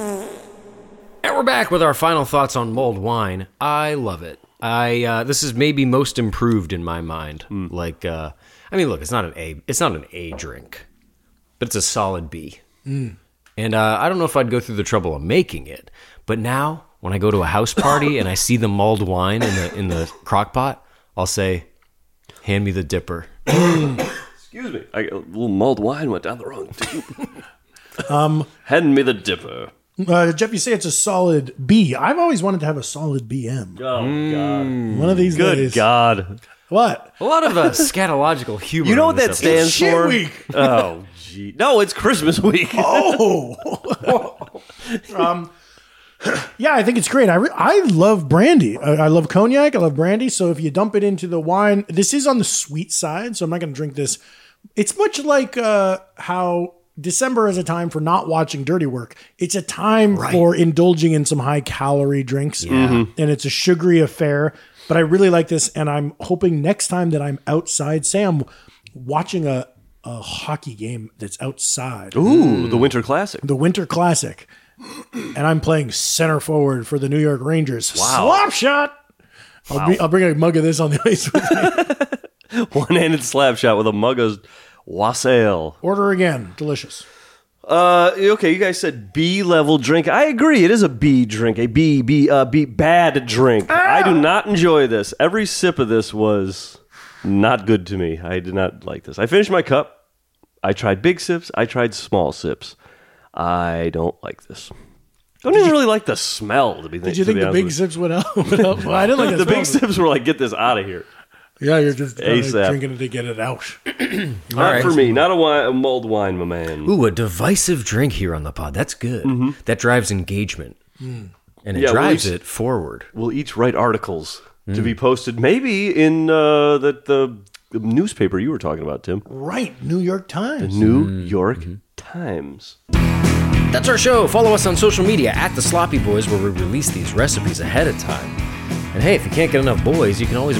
A: And we're back with our final thoughts on mulled wine. I love it. I uh, this is maybe most improved in my mind.
B: Hmm.
A: Like, uh, I mean, look, it's not an A, it's not an A drink, but it's a solid B.
B: Hmm.
A: And uh, I don't know if I'd go through the trouble of making it, but now when I go to a house party and I see the mulled wine in the in the crock pot, I'll say, "Hand me the dipper."
B: Excuse me. I, a little mulled wine went down the wrong tube. Um, hand me the dipper.
C: Uh, Jeff, you say it's a solid B. I've always wanted to have a solid BM.
B: Oh God!
C: One of these
B: Good
C: days.
B: God!
C: What?
A: A lot of uh, scatological humor.
B: You know
A: on
B: what
A: this
B: that
A: episode.
B: stands
C: shit
B: for?
C: week.
B: Oh, gee. No, it's Christmas week.
C: Oh. um, yeah, I think it's great. I, re- I love brandy. I, I love cognac. I love brandy. So if you dump it into the wine, this is on the sweet side. So I'm not going to drink this. It's much like uh, how December is a time for not watching dirty work. It's a time for indulging in some high calorie drinks. And it's a sugary affair. But I really like this. And I'm hoping next time that I'm outside, say I'm watching a, a hockey game that's outside
B: Ooh, the Winter Classic.
C: the Winter Classic, and I'm playing center forward for the New York Rangers. Slap shot. I'll, be, I'll bring a mug of this on the ice. with me.
B: One-handed slap shot with a mugga's wassail.
C: Order again. Delicious.
B: Uh, okay, you guys said B level drink. I agree. It is a B drink, a B B uh, B bad drink. I do not enjoy this. Every sip of this was not good to me. I did not like this. I finished my cup. I tried big sips. I tried small sips. I don't like this. Don't even really like the smell. To be
C: Did you think the big zips went out? Went out? Well, I didn't like
B: the big
C: zip.
B: sips were like get this out of here?
C: Yeah, you're just kinda
B: ASAP.
C: drinking it to get it out.
B: Not
A: right.
B: for me. Not a wine, a mulled wine, my man.
A: Ooh, a divisive drink here on the pod. That's good. That drives engagement. And it
B: Mm-hmm. Hmm. Yeah, well,
A: drives
B: he's-
A: it forward.
B: we'll each write articles to
A: Hmm.
B: be posted maybe in uh, the, the newspaper you were talking about, Tim.
A: Mm-hmm.
C: Right, New York Times.
B: New York Times.
A: That's our show. Follow us on social media at The Sloppy Boys, where we release these recipes ahead of time. And hey, if you can't get enough boys, you can always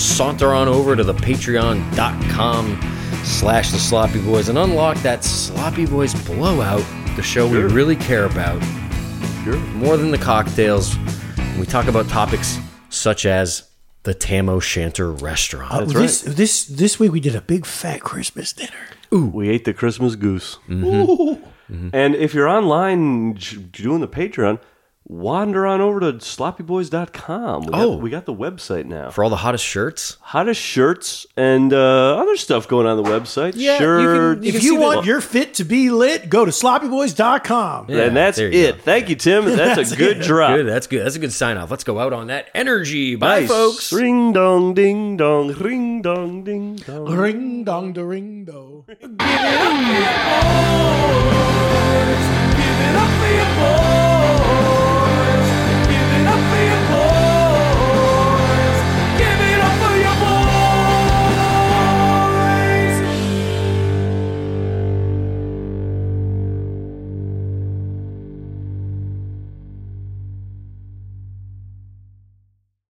A: saunter on over to the patreon.com slash The Sloppy Boys and unlock that Sloppy Boys blowout, the show we really care about. More than the cocktails, we talk about topics such as the Tam O'Shanter restaurant.
C: this this this week we did a big fat Christmas dinner.
B: We ate the Christmas goose.
A: Mm-hmm.
B: And if you're online j- doing the Patreon, wander on over to sloppyboys.com. We got,
A: Oh.
B: we got the website now.
A: for all the hottest shirts.
B: Hottest shirts and uh, other stuff going on the website.
A: Yeah, you can-
B: Shirts.
A: you can
C: if
A: see
C: you
A: that-
C: want your fit to be lit, go to sloppyboys.com.
A: Yeah,
B: and that's
A: there you
B: it. Thank you, Tim. That's, a good drop.
A: Good, that's good. That's a good sign off. Let's go out on that energy. Bye,
B: Nice.
A: folks.
B: Ring dong ding dong. Ring dong ding dong.
C: Ring dong, da ring dong.